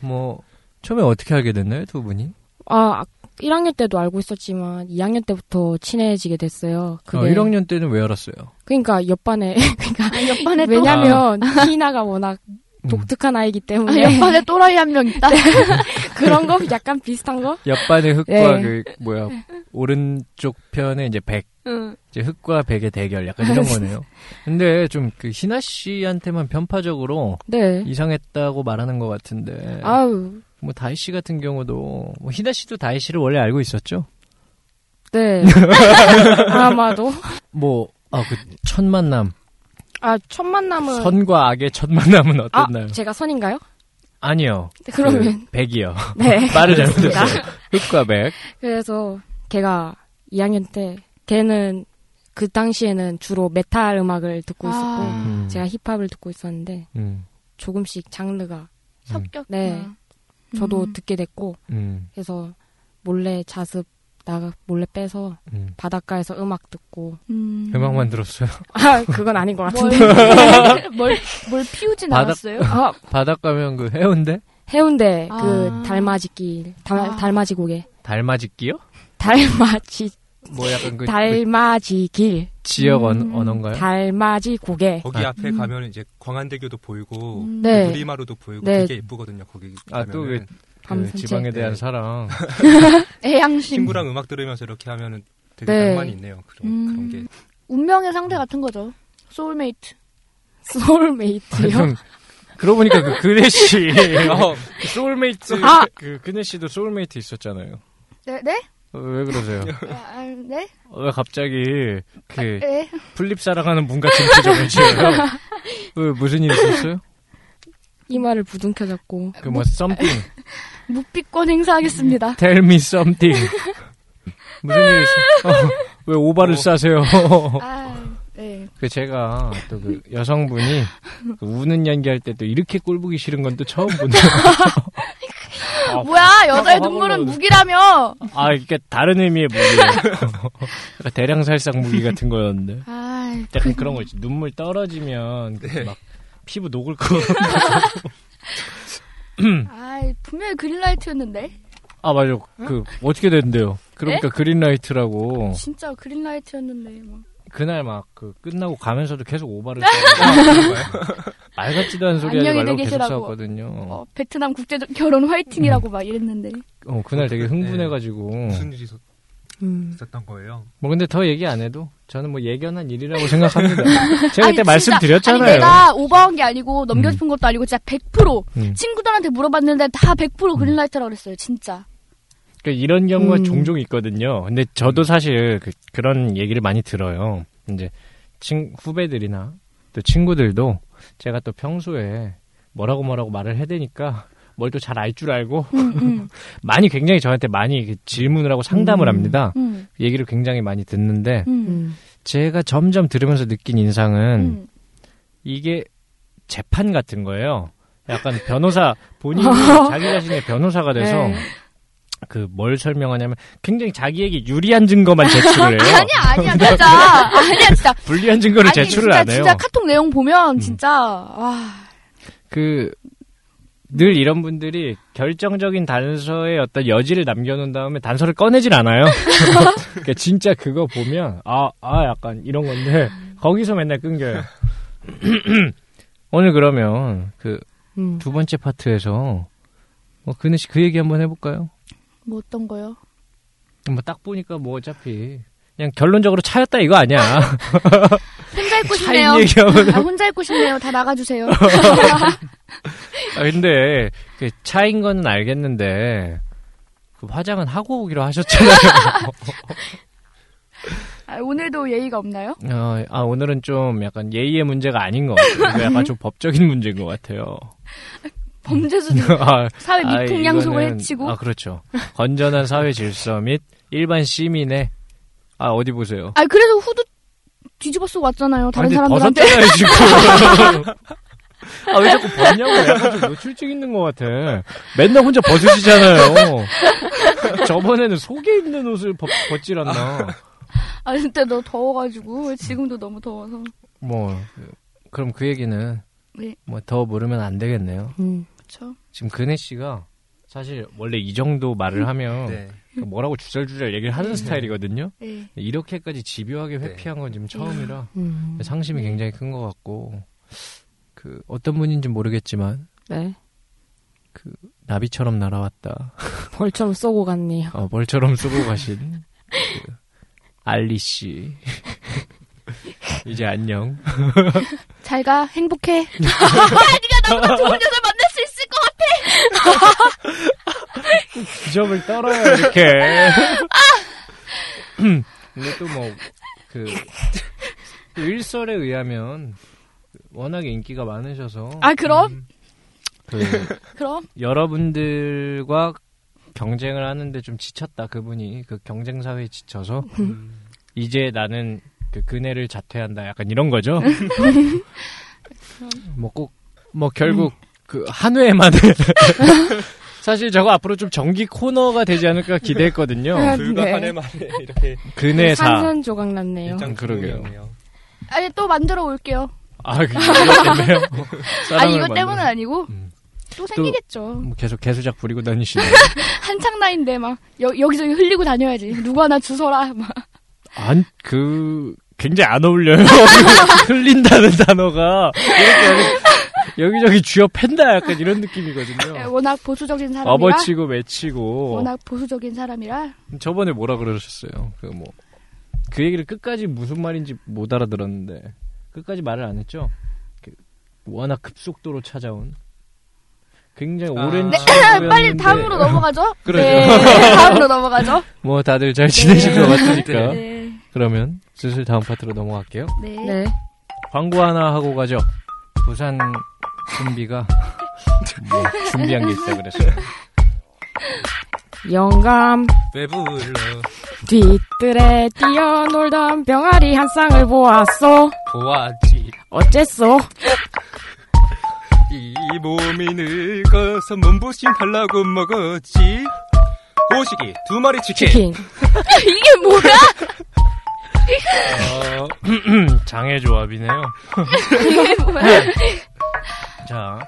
C: 뭐 처음에 어떻게 알게 됐나요 두 분이
F: 아, 1학년 때도 알고 있었지만 2학년 때부터 친해지게 됐어요.
C: 어,
F: 그게
C: 1학년 때는 왜 알았어요
F: 그러니까 옆반에
D: 아, 옆반에 또
F: 왜냐면
C: 아.
F: 희나가 워낙
C: 음.
F: 독특한 아이기
D: 아,
F: 때문에
D: 옆반에 또라이 한 명 있다.
F: [laughs] 그런 거 약간 비슷한 거?
C: 옆반의 흑과
F: 네.
C: 그 뭐야 오른쪽 편에 이제 백
D: 응.
C: 이제 흑과 백의 대결 약간 이런 거네요. 근데 좀 그 희나 씨한테만 편파적으로
F: 네.
C: 이상했다고 말하는 것 같은데
F: 아유,
C: 뭐 다희 씨 같은 경우도 뭐 희나 씨도 다희 씨를 원래 알고 있었죠?
F: 네.
C: [laughs]
F: 아마도.
C: 뭐 아 그 첫 만남
F: 아, 첫 만남은.
C: 선과 악의 첫 만남은
F: 아,
C: 어땠나요?
F: 제가 선인가요?
C: 아, 니요
F: 그러면.
C: 백이요.
F: 네.
C: 말을
E: [laughs]
C: 잘못했어요. 흑과 백.
F: 그래서 걔가 2학년 때, 걔는 그 당시에는 주로 메탈 음악을 듣고 있었고,
D: 아,
C: 음.
F: 제가 힙합을 듣고 있었는데,
C: 음.
F: 조금씩 장르가
D: 섞였구나.
F: 네. 저도
D: 음.
F: 듣게 됐고,
C: 음.
F: 그래서 몰래 자습, 나가, 몰래 빼서
C: 음.
F: 바닷가에서 음악 듣고.
D: 음.
C: 음악만 들었어요.
F: 아, 그건 아닌 것 같은데.
D: [laughs] 뭘, 뭘, 뭘 피우진
C: 바닥-
D: 않았어요?
F: 아,
C: 바닷 가면 그 해운대
F: 해운대
D: 아.
F: 그 달맞이길 달,
D: 아.
F: 달맞이 고개
C: 달맞이끼요?
F: 달맞이
C: 뭐 약간 그, 그
F: 달맞이 길
C: 지역 언,
D: 음,
C: 언어인가요?
F: 달맞이 고개
E: 거기
C: 아.
E: 앞에
D: 음.
E: 가면 이제 광안대교도 보이고
D: 음.
F: 네.
E: 우리마루도 보이고
F: 네.
E: 되게 예쁘거든요. 거기
C: 아,
E: 가면은.
C: 또 그- 그
F: 감성체.
C: 지방에 대한 사랑. [laughs]
D: 애양심.
E: 친구랑 음악 들으면서 이렇게 하면은 되게
F: 네.
E: 낭만이 있네요. 그런
D: 음.
E: 그런 게
C: 어.
D: 운명의 상대 같은 거죠. 소울메이트.
C: 어.
F: 소울메이트요
C: 좀 그러고 보니까 그 그네 씨 [laughs] 어, 소울메이트
F: 아!
C: 그 그네 씨도 소울메이트 있었잖아요.
D: 네? 네?
C: 어, 왜 그러세요?
D: 아, 아, 네?
C: [laughs] 어, 왜 갑자기 그
D: 네?
C: 플립 사랑하는 문과 진표정을 지어요? 왜 무슨 일 있었어요?
F: 이마를 부둥켜 잡고
C: 그 뭐 something,
D: 묵비권 행사하겠습니다.
C: tell me something. 무슨 일 있어요? 어, 왜 오바를
E: 어.
C: 싸세요? [laughs]
D: 아, 네.
C: 그 제가 또 그 여성분이 그 우는 연기할 때 또 이렇게 꼴 보기 싫은 건 또 처음 보네요. 아,
D: 뭐야, 여자의
C: 화가 올라오네.
D: 눈물은 무기라며!
C: 아, 그러니까 다른 의미의
D: [laughs]
C: 무기예요. 약간 대량 살상 무기 같은 거였는데.
D: 아,
C: 약간 그런 거 있지. 눈물 떨어지면
D: 네.
C: 그막 피부 녹을 거. 음.
D: 아, 분명히 그린라이트였는데?
C: 아, 맞아. 그 어떻게 된대요?
D: 네?
C: 그러니까 그린라이트라고
D: 진짜 그린라이트였는데, 뭐. 막.
C: 그날 막 그 끝나고 가면서도 계속 오바를 말 같지도 않은 소리 하지
D: 네. 안녕히
C: 말라고 계속
D: 계시라고.
C: 싸웠거든요. 어,
D: 어, 베트남 국제 결혼 화이팅이라고 막 이랬는데.
C: 그날 되게
E: 네.
C: 흥분해가지고.
E: 무슨 일이 있었-
F: 음.
E: 있었던 거예요.
C: 뭐 근데 더 얘기 안 해도 저는 뭐 예견한
D: [laughs]
C: 일이라고 생각합니다. 제가 그때
D: 아니, 진짜,
C: 말씀드렸잖아요.
D: 아니, 내가 오버한 게 아니고 넘겨 싶은 것도 아니고 진짜 100%
C: 음.
D: 친구들한테 물어봤는데 다 100% 그린라이트라고 그랬어요, 진짜.
C: 그 이런 경우가
F: 음.
C: 종종 있거든요. 근데 저도 사실 그, 런 얘기를 많이 들어요. 이제 친 후배들이나 또 친구들도 제가 또 평소에 뭐라고 뭐라고 말을 해대니까 뭘 또 잘 알 줄 알고
D: 음, 음,
C: 많이 굉장히 저한테 많이 그 질문을 하고 상담을
F: 음.
C: 합니다.
D: 음,
C: 얘기를 굉장히 많이 듣는데
D: 음,
F: 음.
C: 제가 점점 들으면서 느낀 인상은
D: 음.
C: 이게 재판
D: [laughs]
C: 같은 거예요. 약간 변호사 본인이 자기 자신의 변호사가 돼서
F: 네.
C: 그 뭘 설명하냐면 굉장히 자기에게 유리한 증거만 제출을 해요.
D: 아니야, [laughs] 아니야, 진짜. 아니야, 진짜.
C: [laughs] 불리한 증거를
D: 아니,
C: 제출을
D: 진짜,
C: 안 해요.
D: 진짜 카톡 내용 보면
C: 음.
D: 진짜 아, 와.
C: 그 늘 이런 분들이 결정적인 단서에 어떤 여지를 남겨놓은 다음에 단서를 꺼내질
D: [laughs]
C: 않아요. 그러니까 진짜 그거 보면 아, 아 약간 이런 건데 거기서 맨날 끊겨요. [clears throat] 오늘 그러면 그 두
F: 음.
C: 번째 파트에서 뭐 그네 씨 그 얘기 한번 해볼까요?
D: 뭐 어떤 거요?
C: 뭐 딱 보니까 뭐 어차피 그냥 결론적으로 차였다 이거 아니야.
D: 혼자 있고 싶네요.
C: [laughs] 차인 얘기하면
D: 아, 혼자 있고 싶네요. 다 나가주세요.
C: 아, 근데 그 차인 거는 알겠는데 그 화장은 하고 오기로
D: [laughs]
C: 하셨잖아요.
D: 아, 오늘도 예의가 없나요?
C: 어, 아 오늘은 좀 약간 예의의 문제가 아닌 것 같아요. 이거 약간 좀 법적인 문제인 것 같아요. [laughs]
D: 범죄 수준,
C: 아,
D: 사회
C: [laughs] 아,
D: 미풍양속을
C: 이거는-
D: 해치고.
C: 아 그렇죠. 건전한 사회 질서 및 일반 시민의 아 어디 보세요.
D: 아, 그래서 후드 뒤집어 쓰고 왔잖아요. 다른
C: 아니,
D: 사람들한테.
C: 벗었잖아요 지금.
D: [laughs]
C: 아 왜 자꾸 벗냐고 약간 좀 노출증 있는 것 같아. 맨날 혼자 벗으시잖아요. 저번에는 속에 입는 옷을 벗, 벗질 않나.
D: 아, 근데 너 더워가지고 지금도 너무 더워서.
C: 뭐 그- 그럼 그 얘기는
D: 네.
C: 뭐 더 모르면 안 되겠네요.
F: 음.
D: 그렇죠.
C: 지금 근혜 씨가 사실 원래 이 정도 말을 하면
E: 네.
C: 뭐라고 주절주절 얘기를 하는 스타일이거든요.
D: 예.
C: 이렇게까지 집요하게 회피한 건 지금 처음이라
F: 음.
C: 상심이 굉장히 큰 것 같고 그 어떤 분인지 모르겠지만
F: 네.
C: 나비처럼 날아왔다.
F: 벌처럼 쏘고 갔네요.
C: 어, 벌처럼 쓰고 가신 그 알리 씨. 이제 안녕.
D: 잘 가.
C: [laughs]
D: 행복해.
C: 기적을 떨어요 이렇게. 근데 또뭐그 그 일설에 의하면 워낙에 인기가 많으셔서
D: 아, 그럼?
C: 그
D: [laughs] 그럼?
C: 여러분들과 경쟁을 하는데 좀 지쳤다 그분이 그 경쟁 사회에 지쳐서
D: 음.
C: 이제 나는 그 그네를 자퇴한다 약간 이런
D: [laughs]
C: 거죠. 뭐 꼭 뭐 결국
D: 음.
C: 그 한 회만 [laughs] 사실 저거 앞으로 좀 정기 코너가 되지 않을까 기대했거든요.
E: 불과 한
F: 네.
E: 해 만에 이렇게
C: 그네사
F: 산산 조각 났네요.
E: 입장
C: 음, 그러게요.
E: 공유네요.
D: 아니, 또 만들어 올게요.
C: 아 그게 이거 때문에요.
D: [laughs] 아니,
C: 사람을
D: 이거
C: 만나-
D: 때문은 아니고.
C: 음.
D: 또 생기겠죠.
C: 뭐 계속 개수작 부리고 다니시네.
D: 한창 나인데 막 여, 여기저기 흘리고 다녀야지. 누구 하나 주워라. [laughs] 막.
C: 어. 안, 그, 굉장히 안 어울려요. [laughs] 흘린다는 단어가. 이렇게 여기저기 쥐어 팬다 약간 이런
D: 예,
C: 느낌이거든요.
D: 워낙 보수적인 사람이라.
C: 업어치고 외치고.
D: 워낙 보수적인 사람이라.
C: 저번에 뭐라 그러셨어요? 그 뭐. 그 얘기를 끝까지 무슨 말인지 못 알아들었는데. 끝까지 말을 안 했죠? 그 워낙 급속도로 찾아온. 굉장히
E: 아.
C: 오랜
E: 네,
C: 친구였는데.
D: [laughs] 빨리 다음으로 넘어가죠.
C: [laughs] 그러죠.
D: 네, [laughs] 다음으로 넘어가죠.
C: 뭐 다들 잘 지내신
D: 네.
C: 것 같으니까.
D: 네.
C: 그러면 슬슬 다음 파트로 넘어갈게요.
D: 네.
F: 네.
C: 광고 하나 하고 가죠. 부산 준비가 뭐 준비한 게 있다 그랬어요.
F: 영감
E: 왜 불러
F: 뒤뜰에 뛰어놀던 병아리 한 쌍을 보았소.
E: 보았지
F: 어째소?
E: 이 몸이 늙어서 몸보신 달라고 먹었지 호식이 두 마리 치킨,
F: 킹.
D: 이게
C: [laughs]
D: 뭐야?
C: 어, 장애 조합이네요.
D: 이게
C: 네.
D: 뭐야?
C: 자,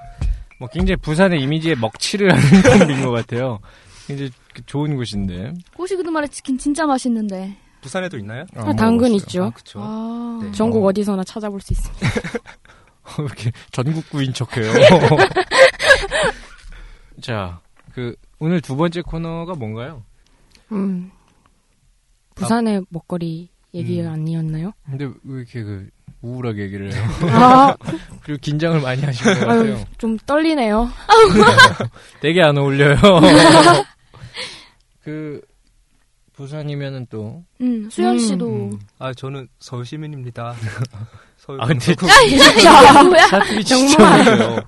C: 뭐 굉장히 부산의 이미지에 먹칠을 하는 [laughs] 콤비인 것 같아요. 굉장히 그 좋은 곳인데.
D: 꼬시그도 말에 치킨 진짜 맛있는데.
E: 부산에도 있나요?
C: 안
F: 아, 당근
C: 먹어봤어요.
F: 있죠.
E: 그쵸
D: 아.
E: 네.
F: 전국 어디서나 찾아볼 수 있습니다.
C: 왜 [laughs] 이렇게 전국구인
F: [laughs]
C: 척해요. 자, 그 오늘 두 번째 코너가 뭔가요?
F: 음. 부산의 먹거리 얘기
C: 음.
F: 아니었나요?
C: 근데 왜 이렇게 그 우울하게 얘기를 해요?
F: 아,
C: 그리고 긴장을 많이 하신 것
F: 아유,
C: 같아요.
F: 좀 떨리네요.
C: 되게 안 어울려요. [laughs] 그 부산이면은 또.
D: 음, 수현
F: 음.
D: 씨도.
E: 아 저는 서울
C: [laughs]
E: 시민입니다 서울
C: 아 근데
E: 방송국.
D: 이게 [laughs] 뭐야?
C: 사투리 진짜 웃겨요.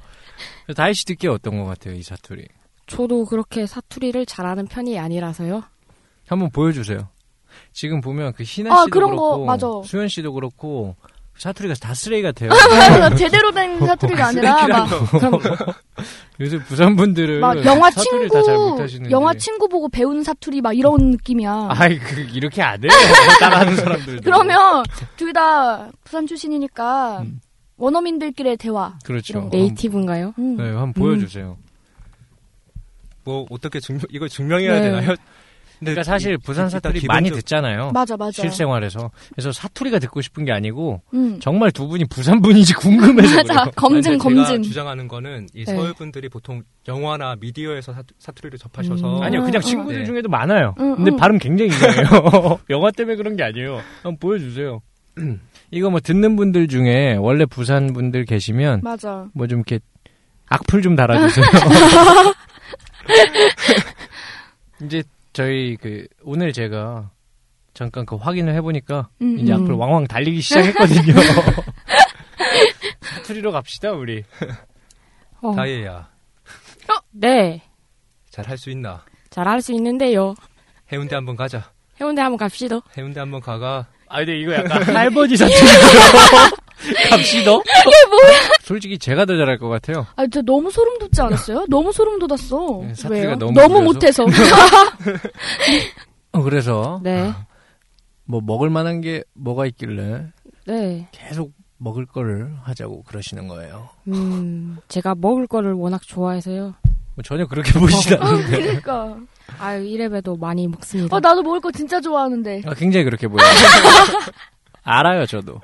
C: 다혜 씨 듣기 어떤 것 같아요 이 사투리?
F: 저도 그렇게 사투리를 잘하는 편이 아니라서요.
C: 한번 보여주세요. 지금 보면 그 희나
D: 아,
C: 씨도
D: 그런 거,
C: 그렇고
D: 맞아.
C: 수현 씨도 그렇고 사투리가 다 쓰레기 같아요.
D: [laughs]
C: 네.
D: 그래서 제대로
C: [laughs]
D: 된
C: 그
D: 사투리가 아니라 막,
C: 그럼 [laughs] 요새 부산 분들은
D: 막 영화
C: 그 사투리를 다잘
D: 친구
C: 못하시는데. 음.
D: 영화 친구 보고 배운 사투리 막 이런 느낌이야.
C: 아이 그 이렇게 안
D: [laughs]
C: 해요. 따라하는 사람들.
D: 그러면 둘 다 부산 출신이니까
C: 음.
D: 원어민들끼리의 대화.
C: 그렇죠.
F: 네이티브인가요?
D: 음.
C: 네, 한번 보여주세요.
E: 뭐 어떻게 증명 이걸 증명해야
F: 네.
E: 되나요? 근데
C: 그러니까 사실 부산
E: 일단
C: 사투리
E: 기본적-
C: 많이 듣잖아요.
D: 맞아 맞아.
C: 실생활에서. 그래서 사투리가 듣고 싶은 게 아니고 [laughs]
D: 음.
C: 정말 두 분이 부산 분인지 궁금해서
D: 맞아.
C: 그래요.
D: 검증
E: 아니, 근데 제가
D: 검증.
E: 주장하는 거는 이
F: 네.
E: 서울 분들이 보통 영화나 미디어에서 사투, 사투리를 접하셔서
F: 음.
C: 아니요, 그냥
D: 어, 어.
C: 친구들
E: 네.
C: 중에도 많아요.
D: 음,
C: 근데
D: 음.
C: 발음 굉장히 이상해요. [laughs] 영화 때문에 그런 게 아니에요. 한번 보여주세요. [clears throat] 이거 뭐 듣는 분들 중에 원래 부산 분들 계시면
D: 맞아.
C: 뭐 좀 이렇게 악플 좀
D: [laughs]
C: 달아주세요. 이제 저희 그 오늘 제가 잠깐 그 확인을 해보니까
D: 음,
C: 이제
F: 음.
C: 악플 왕왕 달리기
D: [laughs]
C: 시작했거든요. 사투리로 갑시다 우리.
F: 어.
E: 다혜야
F: 네.
E: 잘 할 수 있나?
F: 잘할 수 있는데요.
E: 해운대 한번 가자.
F: 해운대 한번 갑시다.
E: 해운대 한번 가가.
C: 아 근데 이거 약간 할버지 사투리로 [laughs] 갑시다.
D: [laughs]
C: 솔직히 제가 더 잘할 것 같아요.
D: 아, 진짜 너무 소름 돋지 않았어요? 너무 소름 돋았어.
C: 네, 사투리가
D: 왜요?
C: 너무
D: 너무
C: 그래서? [laughs]
D: 못해서. [laughs]
C: 어, 그래서
F: 네.
C: 뭐 먹을 만한 게 뭐가 있길래
F: 네.
C: 계속 먹을 거를 하자고 그러시는 거예요.
F: 음, 제가 먹을 거를 워낙 좋아해서요.
C: 뭐 전혀 그렇게 보시지
D: [laughs]
C: 않는데.
D: 그러니까.
F: 아유, 이래봬도 많이 먹습니다.
D: 어, 나도 먹을 거 진짜 좋아하는데.
C: 아, 굉장히 그렇게 보여요. [laughs] 알아요, 저도.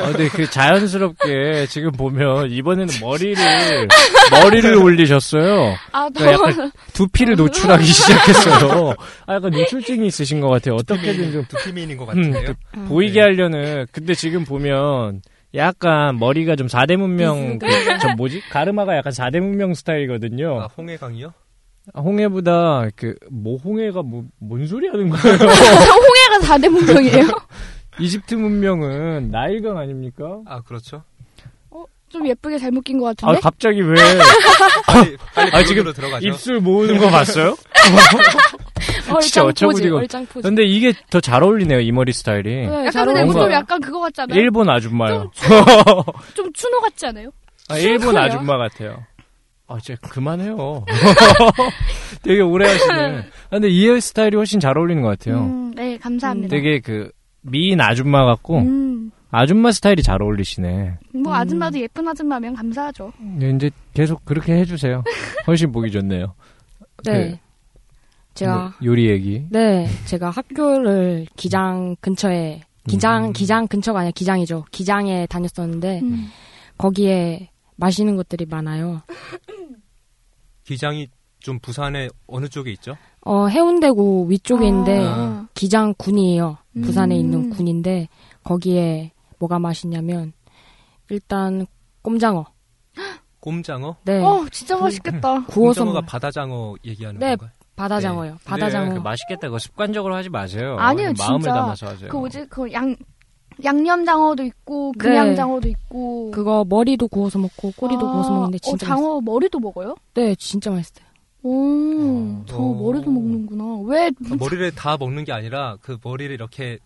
C: 아, 근데 그 자연스럽게 지금 보면 이번에는 [laughs] 머리를 머리를 올리셨어요.
D: 아,
C: 그러니까
D: [laughs] 너
C: 약간 두피를 노출하기 시작했어요. 아, 약간 노출증이 있으신 것 같아요. 어떻게든 좀
E: 두피민인 것
C: 음,
E: 같은데요.
F: 음.
C: 보이게 하려는. 근데 지금 보면 약간 머리가 좀 4대 문명 그, 저 뭐지? 가르마가 약간 4대 문명 스타일이거든요.
E: 아, 홍해강이요?
C: 아, 홍해보다 그 뭐 홍해가 뭐 뭔 소리 하는 거예요?
D: 홍해가 4대 문명이에요?
C: 이집트 문명은 나일강 아닙니까?
E: 아 그렇죠.
C: 어.
D: 좀 예쁘게 잘 묶인 것
C: 아
D: 같은데?
C: 갑자기 왜
E: 빨리 빨리
C: 아,
E: 아,
C: 지금
E: 지금 들어가죠.
C: 입술 모으는 거
D: [laughs]
C: 봤어요? 진짜
F: 얼짱 포즈,
C: 어처구니가 없-
F: 얼짱 포즈.
C: 근데 이게 더 잘 어울리네요 이 머리 스타일이
F: 그
D: 약간 근데
C: 어울려.
D: 좀 약간 그거 같지 않아요?
C: 일본 [laughs] 아줌마요.
F: 예.
D: 좀 추노 같지 않아요?
C: 아, 일본
F: 그래요?
C: 아줌마 같아요. 아, 이제
D: [laughs]
C: 그만해요. 되게 오래 하시네. 아, 근데 이 헤어 스타일이 훨씬 잘 어울리는 것 같아요.
D: 음, 네, 감사합니다.
C: 되게 그 미인 아줌마 같고
D: 음,
C: 아줌마 스타일이 잘 어울리시네.
F: 음.
D: 뭐 아줌마도 예쁜 아줌마면 감사하죠.
C: 네, 이제 계속 그렇게 해주세요. 훨씬 보기 좋네요.
F: 네.
C: 그-
F: 제가,
C: 뭐 요- 요리 얘기.
F: 네. 제가 학교를 기장 근처에, 기장,
C: 음.
F: 기장 근처가 아니라 기장이죠. 기장에 다녔었는데,
D: 음.
F: 거기에 맛있는 것들이 많아요.
E: 기장이 좀 부산의 어느 쪽에 있죠?
F: 어, 해운대구 위쪽에 있는데,
D: 아.
F: 기장군이에요.
D: 음.
F: 부산에 있는 군인데 거기에 뭐가 맛있냐면 일단 꼼장어.
E: 꼼장어?
F: 네.
D: 어, 진짜 맛있겠다.
F: 구워서
E: 꼼장어가
F: 먹-
E: 바다장어 얘기하는
F: 네.
E: 건가요?
F: 바다장어요. 바다장어.
C: 맛있겠다. 네, 그거 습관적으로 하지 마세요.
D: 아니에요, 마음을 진짜. 담아서
F: 네.
C: 하세요.
D: 그 뭐지? 그 양, 양념 장어도 있고, 그냥
F: 네.
D: 장어도 있고.
F: 그거 머리도 구워서 먹고 꼬리도
D: 아,
F: 구워서 먹는데
D: 어,
F: 진짜
D: 장어
F: 맛있어요.
D: 머리도 먹어요?
F: 네, 진짜 맛있어요.
D: 오,
E: 어.
D: 저
E: 어.
D: 머리도 먹는구나. 왜?
E: 아, 머리를 다 먹는 게 아니라 그 머리를 이렇게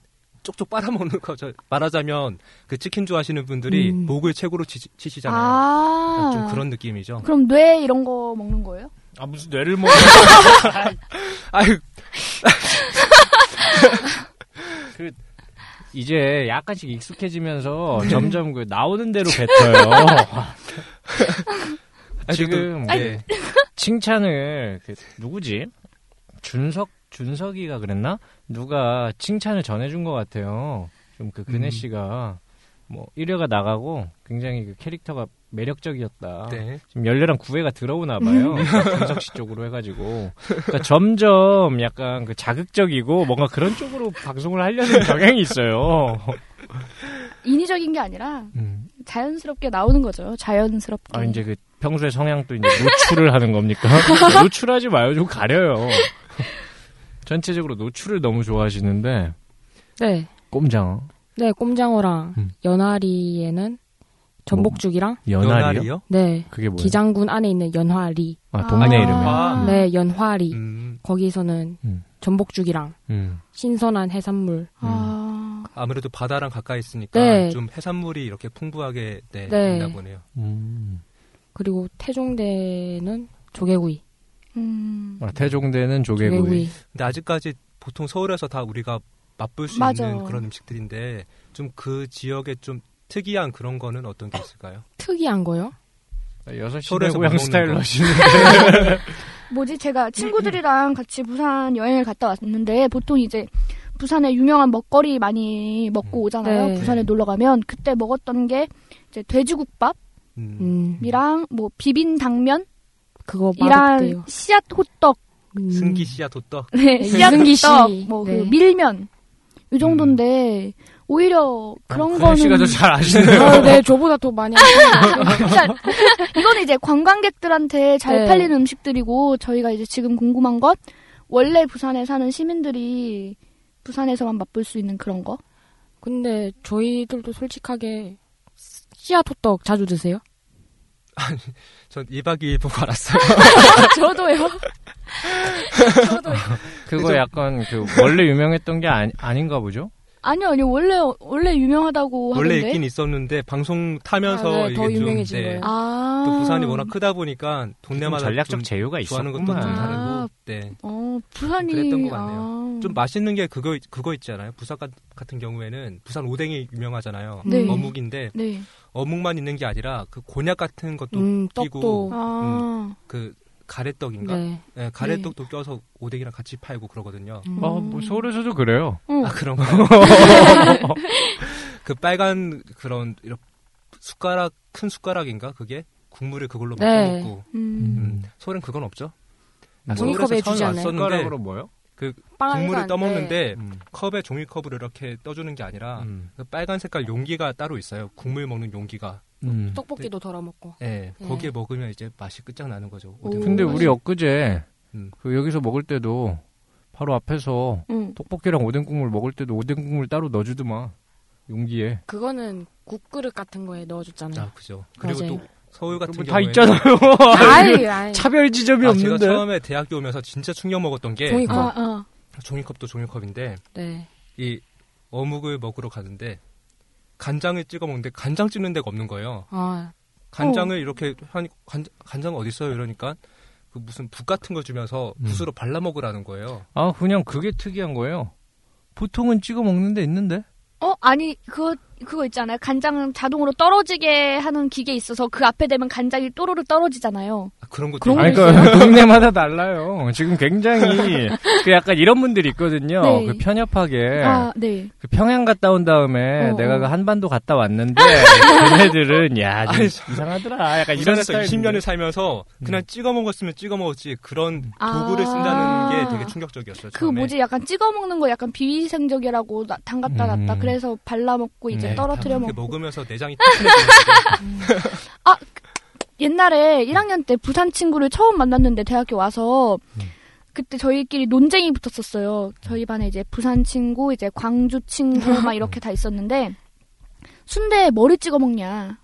E: 쪽쪽 빨아먹는 거죠. 말하자면 그 치킨 좋아하시는 분들이
F: 음.
E: 목을 최고로 치, 시잖아요
D: 아,
E: 좀 그런 느낌이죠.
D: 그럼 뇌 이런 거 먹는 거예요?
C: 아, 무슨 뇌를 [laughs] 먹어. [laughs]
E: 아유,
C: 그, 이제 약간씩 익숙해지면서 점점 그 나오는 대로 [laughs] 뱉어요. 지금 예.
E: 네.
C: 칭찬을 그 누구지? 준석 준석이가 그랬나? 누가 칭찬을 전해준 것 같아요. 좀 그 근혜
E: 음.
C: 씨가 뭐 1회가 나가고 굉장히 그 캐릭터가 매력적이었다.
E: 네.
C: 지금 열렬한 구애가 들어오나
E: [laughs]
C: 봐요. 준석 씨 쪽으로 해가지고 그러니까 점점 약간 그 자극적이고 뭔가 그런 쪽으로 [laughs] 방송을 하려는 경향이 있어요.
D: 인위적인 게 아니라
C: 음.
D: 자연스럽게 나오는 거죠. 자연스럽게.
C: 아 이제 그 평소에 성향도 이제 노출을 하는 겁니까? [laughs] 노출하지 마요 좀 가려요. [laughs] 전체적으로 노출을 너무 좋아하시는데
F: 네.
C: 꼼장어
F: 네, 꼼장어랑
C: 음.
F: 연화리에는 전복죽이랑
C: 연알이요?
F: 네.
C: 그게 뭐예요?
F: 기장군 안에 있는 연화리.
C: 아 동네
D: 아.
C: 이름이.
E: 아.
F: 네, 연화리.
E: 음,
F: 거기서는
C: 음.
F: 전복죽이랑
C: 음.
F: 신선한 해산물
D: 아.
E: 아무래도 바다랑 가까이 있으니까
F: 네.
E: 좀 해산물이 이렇게 풍부하게 네,
F: 네.
E: 있나 보네요.
C: 음.
F: 그리고 태종대는 조개구이.
D: 음.
C: 아, 태종대는 조개구이.
E: 근데 아직까지 보통 서울에서 다 우리가 맛볼 수
D: 맞아.
E: 있는 그런 음식들인데 좀 그 지역에 좀 특이한 그런 거는 어떤 게 있을까요?
F: 특이한 거요?
C: 아, 여섯 시대
E: 서울에서
C: 고향
E: 못 먹는
C: 스타일로
E: 거.
C: 하시는.
D: 뭐지 제가 친구들이랑 같이 부산 여행을 갔다 왔는데 보통 이제 부산에 유명한 먹거리 많이 먹고
C: 음.
D: 오잖아요.
F: 네.
D: 부산에 놀러 가면 그때 먹었던 게 이제 돼지국밥이랑
E: 음,
F: 음,
D: 뭐 비빔 당면이랑
F: 그거 어, 맛없대요.
D: 씨앗 호떡,
F: 음.
E: 승기 씨야 도떡.
D: 네, 씨앗
F: 승기 씨.
D: 호떡, 뭐그
F: 네.
D: 밀면 이 정도인데 오히려 그런
C: 고양 음.
D: 거는
C: 어, 씨가 더 잘 아시네요.
F: 아, 네, 저보다 더
D: [laughs]
F: 많이 아시네요.
D: 진짜 이거는 이제 관광객들한테 잘
F: 네.
D: 팔리는 음식들이고 저희가 이제 지금 궁금한 건 원래 부산에 사는 시민들이 부산에서만 맛볼 수 있는 그런 거.
F: 근데 저희들도 솔직하게 씨앗 호떡 자주 [laughs] 드세요?
E: 전 2박 2일 보고 알았어요.
F: 아, 저도요.
C: 그거 약간 그 원래 유명했던 게 아니, 아닌가 보죠?
D: 아니요, 아니요. 원래 원래 유명하다고
E: 원래
D: 하던데.
E: 있긴 있었는데 방송 타면서
F: 아, 네,
E: 이게
F: 더
E: 좀,
F: 유명해진
E: 네,
F: 거예요.
D: 아.
E: 또 부산이 워낙 크다 보니까 동네마다 좀
C: 전략적 제휴가
E: 좋아하는 것도 좀
C: 있었구만.
D: 아.
E: 다르고, 네.
D: 어, 부산이
E: 그랬던 것 같네요.
D: 아.
F: 음.
E: 좀 맛있는 게 그거 그거 있잖아요. 부산 같- 같은 경우에는 부산 오뎅이 유명하잖아요.
F: 음.
D: 네.
E: 어묵인데
D: 네.
E: 어묵만 있는 게 아니라 그 곤약 같은 것도
F: 음,
E: 끼고
F: 떡도.
D: 아.
E: 그 가래떡인가?
F: 네. 음.
E: 네, 가래떡도 껴서 오뎅이랑 같이 팔고 그러거든요.
D: 음.
C: 아, 뭐 서울에서도 그래요.
E: 아
F: [laughs]
E: 그런 거. 그 빨간 그런 이렇게 숟가락 큰 숟가락인가 그게 국물을 그걸로 막
F: 네.
E: 먹고.
D: 음.
E: 음. 서울엔 그건 없죠.
C: 아,
F: 종이컵에
E: 서울에서 처음에
F: 주지 않아요? 아,
E: 왔었는데
C: 숟가락으로 뭐요?
F: 빵
E: 국물을
F: 항상,
E: 떠먹는데
C: 음.
E: 컵에 종이컵으로 이렇게 떠주는 게 아니라
C: 음.
E: 그 빨간 색깔 용기가 따로 있어요. 국물 먹는 용기가.
F: 네.
C: 음.
F: 떡볶이도 덜어 먹고.
E: 예,
F: 네.
E: 거기에 먹으면 이제 맛이 끝장나는 거죠.
F: 오.
E: 오뎅.
C: 근데
F: 오,
C: 우리 엊그제
E: 음.
C: 그 여기서 먹을 때도 바로 앞에서
D: 음.
C: 떡볶이랑 오뎅 국물 먹을 때도 오뎅 국물 따로 넣어주더만 용기에.
F: 그거는 국그릇 같은 거에 넣어줬잖아요.
E: 아, 그죠. 그리고
F: 맞아요.
E: 또 서울 같은
C: 뭐다
E: 경우에
C: 있잖아요. [laughs]
F: 아이, 아이.
C: 차별 지점이
E: 아, 제가
C: 없는데.
E: 처음에 대학교 오면서 진짜 충격 먹었던 게
F: 종이컵.
D: 아, 아.
E: 종이컵도 종이컵인데
F: 네.
E: 이 어묵을 먹으러 가는데 간장을 찍어 먹는데 간장 찍는 데가 없는 거예요.
F: 아,
E: 간장을 이렇게 한 간, 간장 어디 있어요? 이러니까 그 무슨 붓 같은 거 주면서
C: 음.
E: 붓으로 발라 먹으라는 거예요.
C: 아 그냥 그게 특이한 거예요. 보통은 찍어 먹는데 있는데.
D: 어, 아니 그거 그거 있잖아요. 간장은 자동으로 떨어지게 하는 기계 있어서 그 앞에 대면 간장이 또르르 떨어지잖아요.
E: 아, 그런 것도
F: 그런
C: 아니,
E: 있나요?
C: 그러니까 동네마다 달라요. 지금 굉장히 그 약간 이런 분들이 있거든요.
D: 네.
C: 그 편협하게
D: 아, 네.
C: 그 평양 갔다 온 다음에
D: 어,
C: 내가
D: 어.
C: 그 한반도 갔다 왔는데 [laughs] 걔네들은 야 좀
E: 아니,
C: 이상하더라. 약간 이런 음. 스타일.
E: 부산에서 20년을 살면서 그냥 찍어 먹었으면 찍어 먹었지 그런 도구를 쓴다는
D: 아.
E: 게 되게 충격적이었어요.
D: 그
E: 처음에.
D: 뭐지 약간 찍어 먹는 거 약간 비위생적이라고 나- 담갔다
C: 음.
D: 놨다 그래서 발라 먹고 이제
E: 네,
D: 떨어뜨려
E: 이렇게
D: 먹고
F: 뭐.
E: 먹으면서 내장이 튼튼해지는 음.
D: 옛날에 1학년 때 부산 친구를 처음 만났는데 대학교 와서
E: 음.
D: 그때 저희끼리 논쟁이 붙었었어요. 저희 반에 이제 부산 친구, 이제 광주 친구
E: [laughs]
D: 막 이렇게 다 있었는데 순대 머리 찍어 먹냐?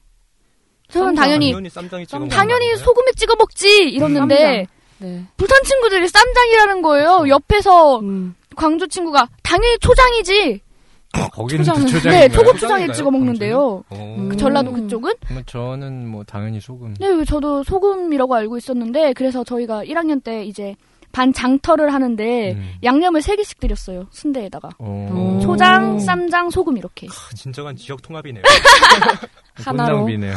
D: 저는 당연히
E: 당연히 쌈장이 찍어 먹는
D: 당연히
E: 거잖아요. 네. 음,
D: 소금에 찍어 먹지 이러는데
F: 네.
D: 부산 친구들이 쌈장이라는 거예요. 옆에서
F: 음.
D: 광주 친구가 당연히 초장이지.
C: 아, 거기는
F: 초장은-
C: 음, 초장.
D: 네, 소금 초장에
E: 초장인가요?
D: 찍어 먹는데요.
E: 어.
F: 음.
D: 전라도
F: 음.
D: 그쪽은
C: 저는 뭐 당연히 소금.
D: 네, 저도 소금이라고 알고 있었는데 그래서 저희가 1학년 때 이제 반 장터를 하는데
C: 음.
D: 양념을 세 개씩 드렸어요 순대에다가
C: 어,
F: 오.
D: 초장, 쌈장, 소금 이렇게.
E: 아, 진정한 지역
C: [laughs]
E: 통합이네요.
F: 하나로.
C: 낭비네요.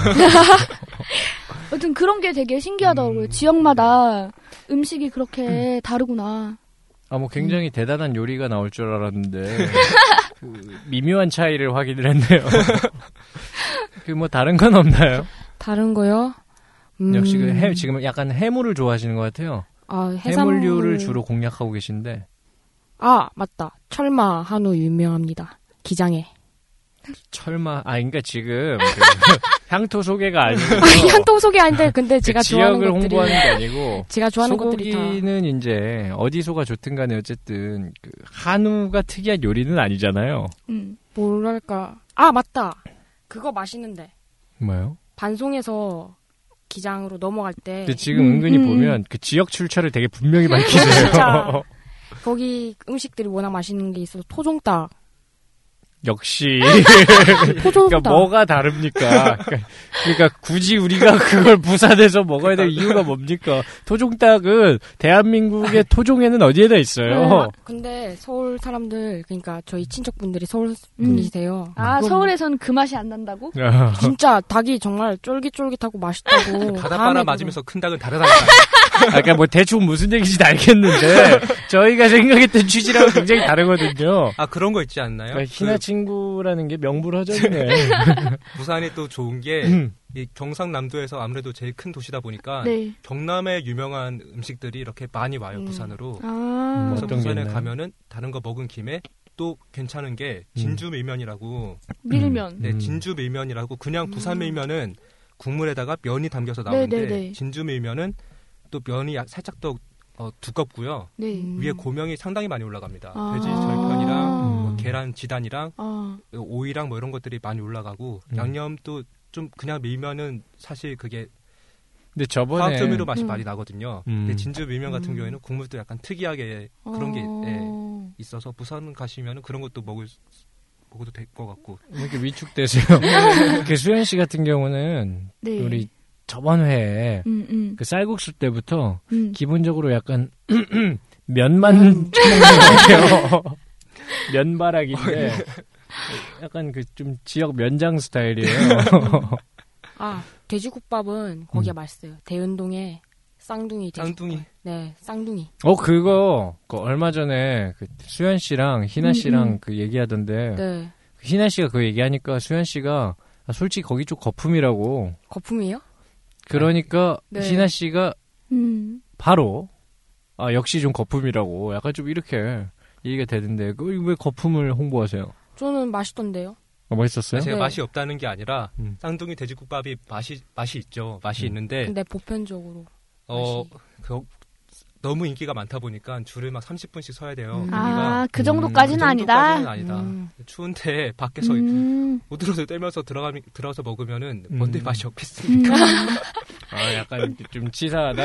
D: 여튼 그런 게 되게 신기하더라고요. 지역마다 음식이 그렇게 다르구나.
C: 아, 뭐
F: 음.
C: 굉장히 대단한 요리가 나올 줄 알았는데
F: [laughs]
C: 그 미묘한 차이를 확인을 했네요. [laughs] 그 뭐 다른 건 없나요?
F: 다른 거요? 음.
C: 역시 그 해, 지금 약간 해물을 좋아하시는 것 같아요.
F: 아, 해산물.
C: 해물류를 주로 공략하고 계신데
F: 아, 맞다. 철마 한우 유명합니다. 기장에.
C: 철마 아 그러니까 지금 그
F: [laughs]
C: 향토 소개가 아니고
F: 향통 속이 아닌데 근데
C: 어. 그
F: 제가 좋아하는
C: 지역을
F: 것들이
C: 홍보하는 게 아니고
F: 제가 좋아하는 것들이 다
C: 소고기는 이제 어디서가 좋든 간에 어쨌든 그 한우가 특이한 요리는 아니잖아요.
D: 음.
F: 뭐랄까. 아, 맞다. 그거 맛있는데.
C: 뭐요?
F: 반송에서 기장으로 넘어갈 때
C: 근데 지금
D: 음,
C: 은근히
D: 음.
C: 보면 그 지역 출처를 되게 분명히
F: [laughs] 진짜.
C: 밝히세요.
F: 거기 음식들이 워낙 맛있는 게 있어서 토종닭
C: [laughs] 역시
F: 아, 포도보다
C: 그러니까 뭐가 다릅니까? 그러니까, 그러니까 굳이 우리가 [laughs] 그걸 부산에서 먹어야 될 이유가 뭡니까? 토종닭은 대한민국의 토종에는 어디에다 있어요?
F: 음. 근데 서울 사람들 그러니까 저희 친척분들이 서울
E: 음.
F: 분이세요.
D: 아
F: 그거
D: 서울에선 그 맛이 안 난다고?
C: 음.
F: 네.
C: 아,
F: 진짜 닭이 정말 쫄깃쫄깃하고
E: [laughs]
F: 맛있다고. 뭐. 다음에
E: 바다 빨아
F: 그거-
E: 맞으면서 큰 닭은 다르다니까.
C: 아, 그러니까 뭐 대충 무슨 얘기인지 알겠는데 저희가 생각했던 취지랑 굉장히 다르거든요.
E: 아 그런 거 있지 않나요?
C: 그러니까 희나 친구라는 게 [laughs] 명불허전이네.
E: 그 부산이 또
C: [clears throat]
E: 좋은 게
C: 음.
E: 이 경상남도에서 아무래도 제일 큰 도시다 보니까
D: 네.
E: 경남의 유명한 음식들이 이렇게 많이 와요
F: 음.
E: 부산으로.
F: 아.
C: 뭐
E: 그래서
C: 어떤 게
E: 부산에
C: 있나요?
E: 가면은 다른 거 먹은 김에 또 괜찮은 게 진주 밀면이라고.
D: 밀면.
E: 네,
C: 음.
E: 진주 밀면이라고 그냥 부산
F: 음. 밀면은
E: 밀면은 국물에다가 면이 담겨서
D: 나오는데
E: 나오는데
D: 네네네.
E: 진주 밀면은 또 면이 살짝 더 어, 두껍고요.
D: 네.
F: 음.
E: 위에 고명이 상당히 많이 올라갑니다.
F: 아.
E: 돼지 절편이랑
C: 뭐 개-
E: 계란 지단이랑
F: 아.
E: 오이랑 뭐 이런 것들이 많이 올라가고
C: 음.
E: 양념도 좀 그냥 밀면은 사실 그게
C: 근데 저번에
E: 화학조미료 맛이
F: 음.
E: 많이 나거든요.
C: 음.
E: 근데 진주 밀면 같은
F: 음.
E: 경우에는 국물도 약간 특이하게 그런 게 예, 있어서 부산 가시면은 그런 것도 먹을 수- 먹어도 될 것 같고
C: 왜 이렇게 위축되세요. 그 수현 씨 같은 경우는
D: 네.
C: 우리 저번 회에
D: 음, 음,
C: 그 쌀국수 때부터
D: 음.
C: 기본적으로 약간 [clears throat] 면만
D: [laughs]
C: 처먹는 거예요. 면바락인데 약간 그 좀 지역 면장 [laughs] 스타일이에요.
F: 아, 돼지국밥은 거기가 맛있어요. 대은동에 쌍둥이 돼지.
E: 음. 쌍둥이
F: 네, 쌍둥이.
C: 어 그거 그 얼마 전에 그 수현 씨랑
D: 음,
C: 희나 씨랑
D: 음.
C: 그 얘기하던데
F: 네.
C: 희나 씨가 그 얘기하니까 수현 씨가 아, 솔직히 거기 좀 거품이라고
F: 거품이에요?
C: 그러니까
F: 네.
C: 희나 씨가
D: 음.
C: 바로 아 역시 좀 거품이라고 약간 좀 이렇게 얘기가 되던데 그 왜 거품을 홍보하세요?
F: 저는 맛있던데요.
C: 어, 멋있었어요?
E: 제가
F: 네.
E: 맛이 없다는 게 아니라
C: 음.
E: 쌍둥이 돼지국밥이 맛이 맛이 있죠. 맛이
C: 음.
E: 있는데
F: 근데 보편적으로.
E: 어
F: 맛이.
E: 그, 너무 인기가 많다 보니까 줄을 막 30분씩 서야 돼요.
F: 음.
E: 거기가.
D: 아, 그
C: 음,
D: 정도까지는
E: 그
D: 아니다.
E: 정도까지는 아니다.
F: 음.
E: 추운데 밖에서
D: 음.
E: 오들오들 떨면서 들어가 들어서 먹으면은
C: 음.
E: 뭔데 맛이 없겠습니까?
D: 음.
C: 아, 약간 좀 치사하다.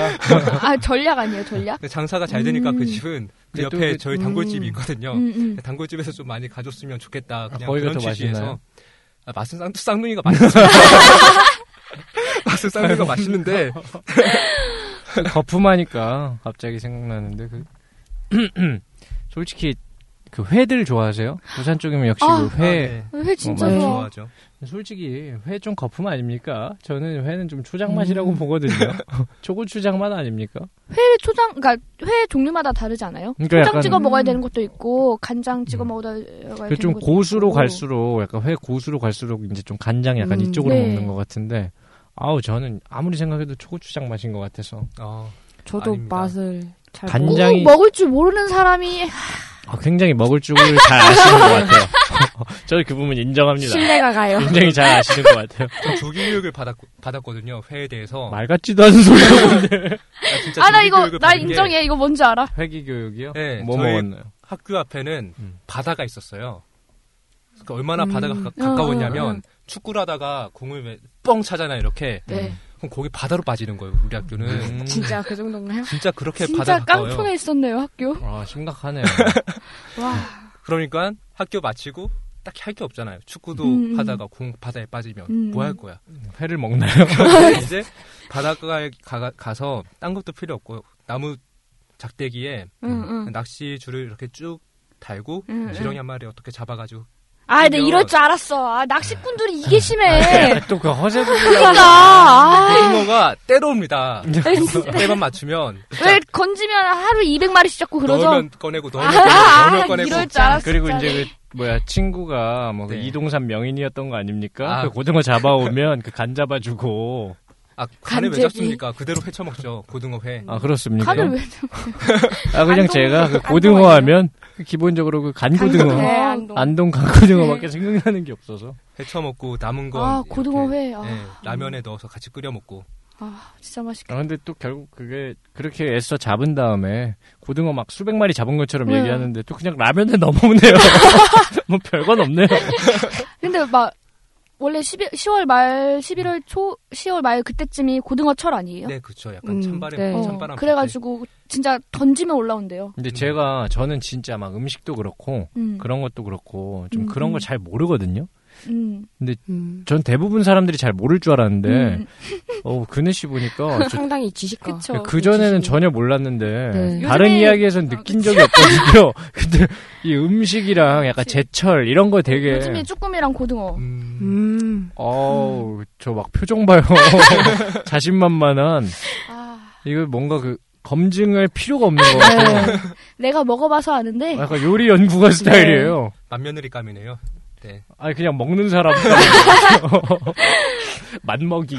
D: 아, 전략 아니에요, 전략?
E: 근데 장사가 잘 되니까
D: 음.
E: 그 집은 그
C: 근데 또
E: 옆에
C: 그-
E: 저희
F: 음.
E: 단골집이 있거든요.
D: 음, 음.
E: 단골집에서 좀 많이 가줬으면 좋겠다. 그냥
C: 아, 거기가
E: 그런
C: 더
E: 취지에서
C: 맛있나요?
E: 아, 맛은 쌍, 쌍둥이가 맛있어.
C: [laughs]
E: [laughs] 맛은 쌍둥이가 맛있는데
C: [laughs] 거품하니까 갑자기 생각나는데 그 [clears throat] 솔직히 그 회들 좋아하세요? 부산 쪽이면 역시
D: 아.
C: 그
E: 네.
C: 회.
D: 회 진짜
C: 어,
E: 많이
D: 좋아.
E: 좋아하죠.
C: 솔직히 회 좀 거품 아닙니까? 저는 회는 좀 초장 맛이라고 보거든요. 초고 추장 맛 아닙니까?
D: 회 초장, 그러니까 회 종류마다 다르지 않아요?
C: 그러니까
D: 초장
C: 약간
D: 찍어
F: 음.
D: 먹어야 되는 것도 있고 간장 찍어
C: 음.
D: 먹어야 되는 것도
C: 그 좀 고수로
D: 있고.
C: 갈수록 약간 회 고수로 갈수록 이제 좀 간장 약간
F: 음,
C: 이쪽으로
D: 네.
C: 먹는 것 같은데 아우 저는 아무리 생각해도 초고추장 맛인 것 같아서
E: 어,
F: 저도
E: 아닙니다.
F: 맛을 잘
C: 간-
D: 꼭
F: 모르-
C: 굉장히-
D: 먹을 줄 모르는 사람이
C: 아, 굉장히 먹을 줄을 잘 아시는 것 같아요. [laughs] 저는 그 부분 인정합니다.
F: 신뢰가 가요.
C: 굉장히 잘 아시는 것 같아요.
E: 좀 조기교육을 받았, 받았거든요. 회에 대해서.
C: 말 같지도 않은 소리라고.
E: 아, 진짜
D: 아 나
E: 조기
D: 이거
E: 교육을
D: 나
E: 받은 게
D: 인정해 이거 뭔지 알아?
C: 회기 교육이요?
E: 네,
C: 뭐
E: 저희-
C: 먹었나요?
E: 학교 앞에는
C: 음.
E: 바다가 있었어요. 그러니까 얼마나
F: 음.
E: 바다가 가,
D: 어,
E: 까웠냐
D: 어,
E: 면 축구를 하다가 공을 왜 뻥 차잖아요. 이렇게
F: 네.
E: 그럼 거기 바다로 빠지는 거예요. 우리 학교는
C: 음.
F: 진짜 그
E: [laughs]
F: 정도인가요?
E: 진짜 그렇게 바다
D: 진짜
E: 가까워요.
D: 깡통에 있었네요 학교.
C: 아 심각하네요.
F: 와.
E: 그러니까 학교 마치고 딱히 할 게 없잖아요. 축구도
D: 음, 음.
E: 하다가 공 바다에 빠지면
D: 음.
E: 뭐 할 거야.
C: 회를
E: [laughs]
C: 먹나요?
E: 그러니까 이제 바닷가에 가, 가서 딴 것도 필요 없고 나무 작대기에 음.
D: 응응.
E: 낚시 줄을 이렇게 쭉 달고
D: 응,
E: 지렁이 한 마리 어떻게 잡아가지고
D: 아, 내 이럴 줄 알았어. 아, 낚시꾼들이 이게 심해.
C: 또 그 허세 부분.
E: 네,
D: 그러니까 아, [laughs]
E: 잉어가 때려옵니다. 때만 맞추면
D: 왜 건지면 하루 200마리씩 잡고 그러죠?
E: 넣으면 꺼내고
D: 아,
E: 넣으면 꺼내고 넣으면
D: 아,
E: 꺼내고
D: 이럴 줄 알았어.
C: 그리고
D: 진짜.
C: 이제 그 뭐야 친구가 뭐그
E: 네.
C: 이동산 명인이었던 거 아닙니까?
E: 아.
C: 그 고등어 잡아오면 그 간 잡아주고.
E: 아 간을 왜
F: 간제비.
E: 잡습니까? 그대로 회 처먹죠. 고등어 회.
C: 아 그렇습니까?
D: 간을 왜
C: 아 그냥
D: 안동-
C: 제가 그
D: 안동
C: 고등어
D: 아니에요?
C: 하면 그 기본적으로 그
F: 네,
C: 간고등어,
F: 안동.
C: 안동 간고등어밖에
D: 네.
C: 생각나는 게 없어서.
E: 회 처먹고 남은 거
D: 아,
E: 이렇게,
D: 고등어 회. 아,
E: 예, 라면에 넣어서 같이 끓여 먹고
D: 아, 진짜 맛있겠다.
C: 아, 근데 또 결국 그게 그렇게 애써 잡은 다음에 고등어 막 수백 마리 잡은 것처럼
D: 네.
C: 얘기하는데 [laughs] 또 그냥 라면에 넘어오네요. 뭐 별건 없네요.
D: 근데 막 원래 10일, 10월 말, 11월 초, 10월 말 그때쯤이 고등어철 아니에요?
E: 네, 그쵸. 약간
F: 음,
E: 찬바람,
F: 네.
D: 어,
E: 찬바람.
D: 그래가지고 진짜 던지면 올라온대요.
C: 근데 제가 저는 진짜 막 음식도 그렇고
D: 음,
C: 그런 것도 그렇고 좀
D: 음.
C: 그런 걸 잘 모르거든요.
D: 음,
F: 음.
C: 전 대부분 사람들이 잘 모를 줄 알았는데
D: 음,
C: 어 그네 씨 보니까 저-
F: 상당히 지식가.
D: 그쵸.
C: 그 전에는
F: 지식이.
C: 전혀 몰랐는데
F: 네.
C: 다른
D: 요즘에- 아,
C: 이야기에선 느낀 적이 없거든요. [laughs] 근데 이 음식이랑 약간
D: 그치.
C: 제철 이런 거 되게
D: 요즘에 쭈꾸미랑 고등어.
E: 음,
F: 음.
C: 어우 저 막 표정
D: [laughs]
C: 봐요. 자신만만한
D: 아,
C: 이거 뭔가 그 검증할 필요가 없는 거 같아요.
D: 네. [laughs] 내가 먹어봐서 아는데
C: 약간 요리
D: 네.
C: 연구가 스타일이에요.
E: 만며느리 감이네요. 네.
C: 아니 그냥 먹는 사람 [laughs] 맛먹이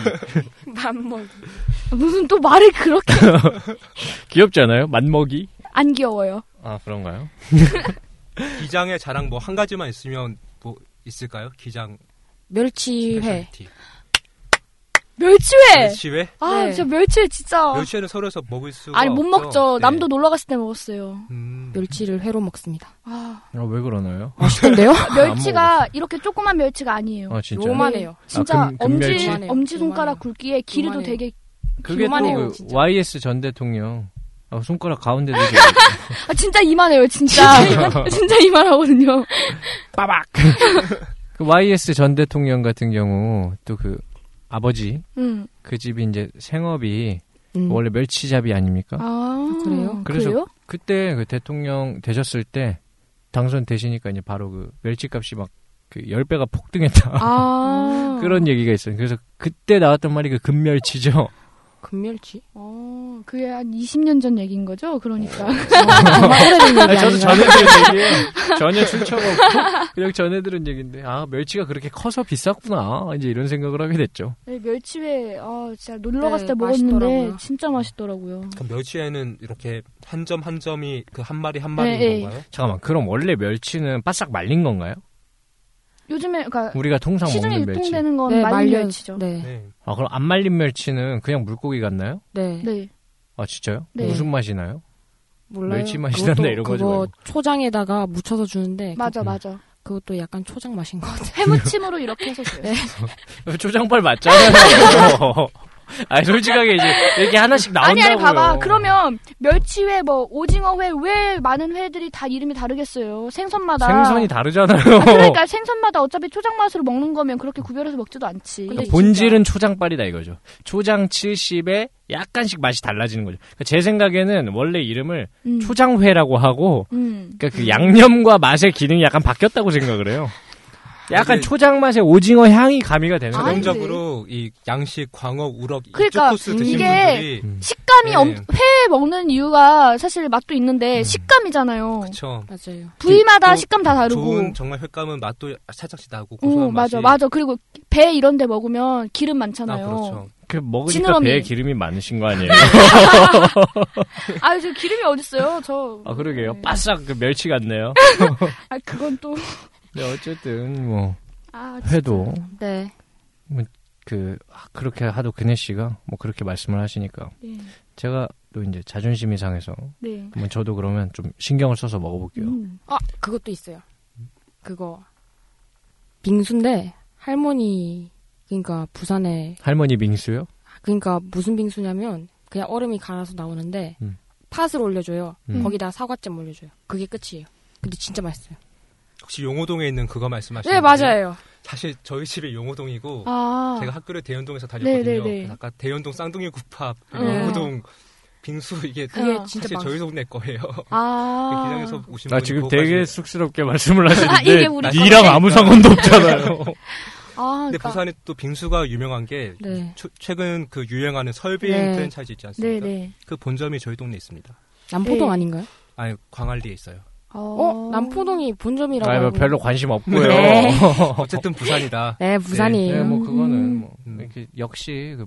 F: 음. [laughs] 밥먹
D: 무슨 또 말을 그렇게
C: 귀엽지 않아요? 맛먹이
D: 안 귀여워요.
C: 아 그런가요?
E: 기장의 자랑 뭐 한 가지만 있으면 뭐 있을까요? 기장
F: 멸치회.
E: 스페셜티.
D: 멸치회.
E: 멸치회?
D: 아,
F: 네.
D: 저 멸치회 진짜.
E: 멸치회는 서울에서 먹을 수가
D: 어. 아니 못
E: 없죠.
D: 먹죠.
E: 네.
D: 남도 놀러 갔을 때 먹었어요.
E: 음.
F: 멸치를 회로 먹습니다.
D: 아,
C: 아, 왜 그러나요?
F: 맛있던데요?
C: 안
D: 멸치가 이렇게 조그만 멸치가 아니에요.
C: 아 진짜.
F: 요만해요.
C: 아,
D: 진짜
C: 금- 금멸치?
D: 엄지
F: 요만해요.
D: 엄지 손가락
F: 요만해요.
D: 굵기에 길이도
F: 요만해요.
D: 되게
C: 그게
F: 요만해요,
C: 또그
F: 진짜.
C: YS 전 대통령 아, 손가락 가운데
D: [laughs]
C: 되게
D: 아 진짜 이만해요. 진짜 [laughs] 진짜 이만하거든요.
F: 빠박.
C: 그 YS 전 대통령 같은 경우 또 그 아버지
D: 음.
C: 그 집이 이제 생업이
F: [laughs] 음.
C: 원래 멸치잡이 아닙니까?
D: 아
F: 그래요?
C: 그래서 그때 그 대통령 되셨을 때 당선되시니까 이제 바로 그 멸치값이 막 그 10배가 폭등했다. [laughs]
D: 아 [laughs]
C: 그런 얘기가 있어요. 그래서 그때 나왔던 말이 그 금멸치죠.
F: 금멸치?
D: 어, 그게 한 20년 전 얘기인 거죠. 그러니까
F: 정말
D: [laughs]
F: 오래된 얘기
C: 아니, 저도
F: 아닌가요?
C: 전에 들은 얘기예요. 전혀 출처가 없고 그냥 전에 들은 얘기인데 아 멸치가 그렇게 커서 비쌌구나 이제 이런 생각을 하게 됐죠.
D: 네, 멸치회 아 진짜 놀러 갔을
F: 네,
D: 때 먹었는데
F: 맛있더라고요.
D: 진짜 맛있더라고요.
E: 그럼 멸치회는 이렇게 한 점 한 점이 그 한 마리 한 마리인
D: 네,
E: 건가요?
C: 잠깐만 그럼 원래 멸치는 바싹 말린 건가요?
D: 요즘에 그러니까
C: 우리가 통상
D: 시중에
C: 먹는 멸치.
D: 유통되는 건
F: 네,
D: 말린
F: 말려-
D: 멸치죠.
F: 네.
E: 네.
C: 아 그럼 안 말린 멸치는 그냥 물고기 같나요?
F: 네.
D: 네.
C: 아 진짜요?
D: 네.
C: 무슨 맛이 나요?
F: 몰라요.
C: 멸치 맛이
F: 그것도
C: 난다 이런 거지
F: 그거
C: 말고.
F: 초장에다가 묻혀서 주는데 그
D: 맞아 맞아.
F: 그것도 약간 초장 맛인 것 같아요.
D: 해무침으로 이렇게 [laughs] 해서 줘요.
C: 초장발 맞잖아요. [laughs] 아니 솔직하게 이제 이렇게 하나씩
D: 아니
C: 나온다고요.
D: 아니 봐봐. 그러면 멸치회 뭐 오징어회 왜 많은 회들이 다 이름이 다르겠어요. 생선마다.
C: 생선이 다르잖아요.
D: 아, 그러니까 생선마다 어차피 초장 맛으로 먹는 거면 그렇게 구별해서 먹지도 않지.
F: 근데
C: 그러니까
F: 진짜-
C: 본질은 초장빨이다 이거죠. 초장 70에 약간씩 맛이 달라지는 거죠. 그러니까 제 생각에는 원래 이름을
D: 음.
C: 초장회라고 하고
D: 음.
C: 그러니까 그 양념과 맛의 기능이 약간 바뀌었다고 생각을 해요. 약간
E: 근데-
C: 초장 맛에 오징어 향이 가미가 되는 거죠.
D: 아니, 그
E: 전형적으로 이 양식, 광어, 우럭
D: 그러니까
E: 이쪽 코스 드신
D: 이게
E: 분들이
C: 음.
D: 식감이
E: 예.
D: 엄, 회 먹는 이유가 사실 맛도 있는데
C: 음.
D: 식감이잖아요.
E: 그쵸.
F: [laughs] 맞아요.
D: 부위마다
E: 또
D: 식감 다 다르고.
E: 좋은 정말 횟감은 맛도 살짝씩 나고 고소한
D: 어,
E: 맛이
D: 맞아 맞아. 그리고 배 이런 데 먹으면 기름 많잖아요.
E: 나 그렇죠.
C: 그 먹으니까
D: 지느러미.
C: 배에 기름이 많으신 거 아니에요?
D: [laughs] 아저 기름이 어딨어요? 저.
C: 아 그러게요.
D: 네.
C: 바싹 그 멸치 같네요.
D: 아 그건 또.
C: 근데 네, 어쨌든 뭐
D: 아,
C: 회도
F: 네.
C: 그 아, 그렇게 하도 그네 씨가 뭐 그렇게 말씀을 하시니까
D: 네.
C: 제가 또 이제 자존심이 상해서
D: 네.
C: 한번 저도 그러면 좀 신경을 써서 먹어볼게요.
D: 음.
F: 아 그것도 있어요. 그거 빙수인데 할머니 그러니까 부산에
C: 할머니 빙수요?
F: 그러니까 무슨 빙수냐면 그냥 얼음이 갈아서 나오는데
C: 음.
F: 팥을 올려줘요.
C: 음.
F: 거기다 사과잼 올려줘요. 그게 끝이에요. 근데 진짜 맛있어요.
E: 혹시 용호동에 있는 그거 말씀하시는
F: 네
E: 거예요?
F: 맞아요.
E: 사실 저희 집이 용호동이고
D: 아.
E: 제가 학교를 대연동에서
D: 네,
E: 다녔거든요.
D: 네, 네.
E: 그래서 아까 대연동 쌍둥이 국밥,
F: 네.
E: 용호동 빙수 이게
F: 그게
D: 아.
F: 진짜
E: 사실
F: 맛있어요.
E: 저희 동네 거예요. 그
D: 아.
E: 기장에서 오신
C: 나
E: 분이
C: 지금
E: 그거
C: 되게
E: 가지고-
C: 쑥스럽게 말씀을
D: 아, 이게
C: 하시는데
D: 우리
C: 니랑 아무 상관도 없잖아요.
D: 아,
E: 근데
D: 그러니까.
E: 부산에 또 빙수가 유명한 게
F: 네.
E: 최- 최근 그 유행하는 설빙
F: 네.
E: 프랜차이즈 있지 않습니까?
D: 네네.
E: 그 본점이 저희 동네에 있습니다.
F: 남포동
D: 네.
F: 아닌가요?
E: 아니 광안리에 있어요.
F: 어, 남포동이 본점이라고.
C: 아, 뭐
F: 알고.
C: 별로 관심 없고요.
F: 네.
E: [laughs] 어쨌든 부산이다.
F: 네 부산이에요.
C: 네, 뭐 그거는 뭐
E: 음.
C: 이렇게 역시 그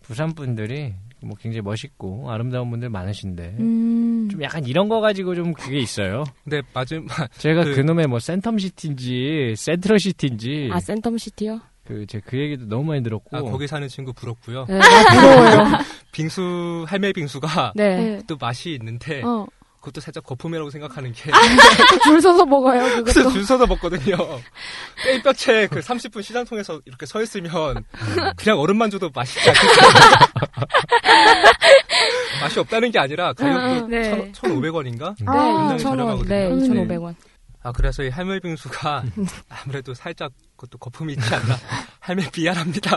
C: 부산 분들이 뭐 굉장히 멋있고 아름다운 분들 많으신데
E: 네.
D: 음.
C: 좀 약간 이런 거 가지고 좀 그게 있어요.
E: 근데 마지막
C: 제가
E: 그-
C: 그, 놈의 뭐 센텀시티인지 센트럴시티인지
F: 아 센텀시티요?
C: 그 제가 그 얘기도 너무 많이 들었고
E: 아, 거기 사는 친구 부럽고요.
D: [laughs]
F: 네, 아, 부러워요.
E: 빙수 할매 빙수가
F: 네.
D: 네.
E: 또 맛이 있는데
D: 어.
E: 그것도 살짝 거품이라고 생각하는 게
F: 줄 서서 먹어요,
E: 그래서
F: 그것도.
D: [laughs]
E: 줄 서서 먹거든요. 뼈채 그 30분 시장통에서 이렇게 서 있으면 그냥 얼음만 줘도 맛있지 않겠어요. [laughs] 맛이 없다는 게 아니라 가격도
F: 네.
E: 1,500원인가?
D: 아.
F: 네,
E: 굉장히
F: 2,000원. 네,
E: 저렴하거든요.
F: 2,500원.
E: 아 그래서 이 할매빙수가 아무래도 살짝 그것도 거품이 있지 않나. 할매 미안합니다.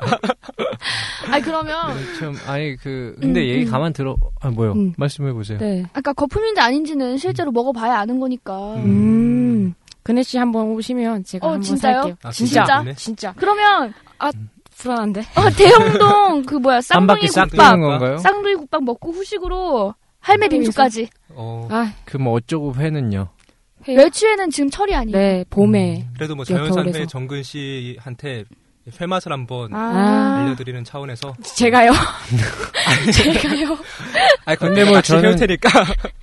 F: 아니,
E: 네.
F: 그러면.
C: 참 아니 그
D: 음,
C: 근데 얘기 가만 들어 아 뭐요?
F: 음.
C: 말씀해 보세요.
F: 네.
D: 아까 거품인지
E: 음.
D: 아닌지는 실제로 먹어봐야 아는 거니까.
F: 음. 근혜 씨 한번 오시면 제가
D: 어,
F: 한번
D: 진짜요?
F: 살게요. [laughs]
E: 아,
F: 진짜.
E: 진짜 없네.
F: 진짜.
D: 그러면
F: 불안한데.
D: 어, 대형동 그 뭐야
C: 한
D: 쌍둥이
C: 바퀴 싹 도는
D: 국밥
C: 건가요?
D: 쌍둥이 국밥 먹고 후식으로 할매
F: 쌍둥이
D: 빙수까지
E: 어
F: 아,
C: 그 뭐 어쩌고 회는요?
F: 회요?
D: 외추에는 지금 철이 아니에요.
F: 네, 봄에.
E: 그래도 뭐
F: 겨울에서.
E: 자연산회 정근 씨한테 회 맛을 한번
F: 아.
E: 알려드리는 차원에서
F: 제가요? 제가요?
E: 아
C: 근데 뭐 저는-
F: [laughs]
E: 테니까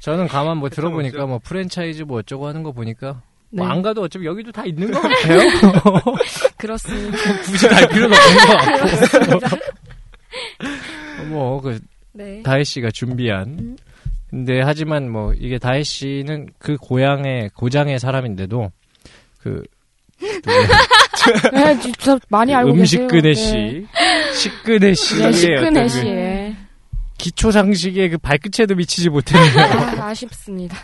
C: 저는 가만 뭐 들어보니까
E: 그쵸.
C: 뭐 프랜차이즈 뭐 어쩌고 하는 거 보니까
F: 네,
C: 뭐 안 가도 어차피 여기도 다 있는
D: [laughs]
C: 거 같아요. [laughs]
F: 그렇습니다.
C: 굳이 갈 필요는
F: 아.
C: 없는 것 같고. 뭐그
F: 네.
C: 다혜 씨가
D: 음.
C: 준비한. 근데 하지만 뭐 이게 다혜 씨는 그 고향의 고장의 사람인데도
D: [laughs]
C: 그
F: 네, 진짜 많이 알고
C: 음식
F: 계세요.
C: 근혜 씨, 식근혜
F: 네. 네,
C: 씨의
F: [laughs] 식근혜
C: 어떤
F: 씨.
C: 그
F: 예.
C: 기초 상식의 그 발끝에도 미치지
F: [laughs]
C: 못했네요.
F: 아, 아쉽습니다.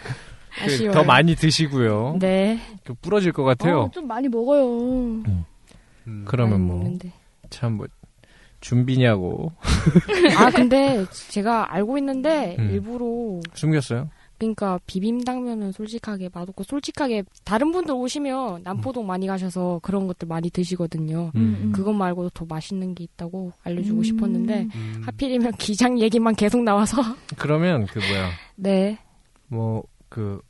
F: 아쉬워요.
C: 그 더 많이 드시고요.
F: 네.
C: 그 부러질 것 같아요.
D: 어, 좀 많이 먹어요.
E: 음,
C: 그러면
F: 많이
C: 뭐 참 뭐
F: 먹는데.
C: 준비냐고
F: 아, 근데 제가 알고 있는데
C: 음.
F: 일부러
C: 숨겼어요.
F: 그러니까 비빔당면은 솔직하게 맛없고 솔직하게 다른 분들 오시면 남포동 많이 가셔서 그런 것들 많이 드시거든요.
D: 음.
F: 그것 말고도 더 맛있는 게 있다고 알려주고
D: 음.
F: 싶었는데
E: 음.
F: 하필이면 기장 얘기만 계속 나와서
C: 그러면 그 뭐야
F: 네.
C: 뭐 그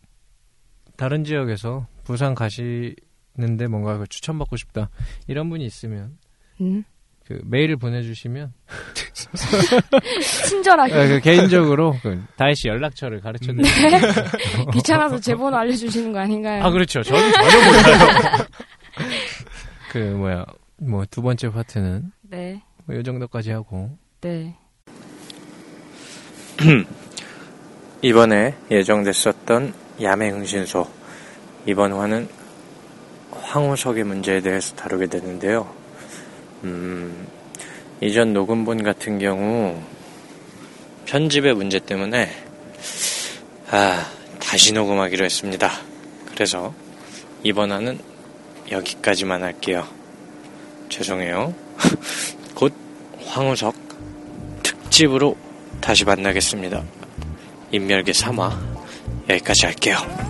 C: 다른 지역에서 부산 가시는데 뭔가 그 추천받고 싶다 이런 분이 있으면
F: 음.
C: 그 메일을 보내주시면
D: 친절하게.
E: 네,
C: 아, 그 개인적으로 그 다혜 씨 연락처를 가르쳐드릴게요.
F: 귀찮아서 제 번호 알려주시는 거 아닌가요?
C: 아 그렇죠. 저는 전혀 몰라요. [laughs] 그 뭐야 뭐 두 번째 파트는
F: 네.
C: 뭐이 정도까지 하고
F: 네.
G: 이번에 예정됐었던 야매흥신소 이번 화는 황호석의 문제에 대해서 다루게 되는데요. 음, 이전 녹음본 같은 경우 편집의 문제 때문에 아 다시 녹음하기로 했습니다. 그래서 이번 화는 여기까지만 할게요. 죄송해요. [laughs] 곧 황호석 특집으로 다시 만나겠습니다. 인멸계 3화 여기까지 할게요.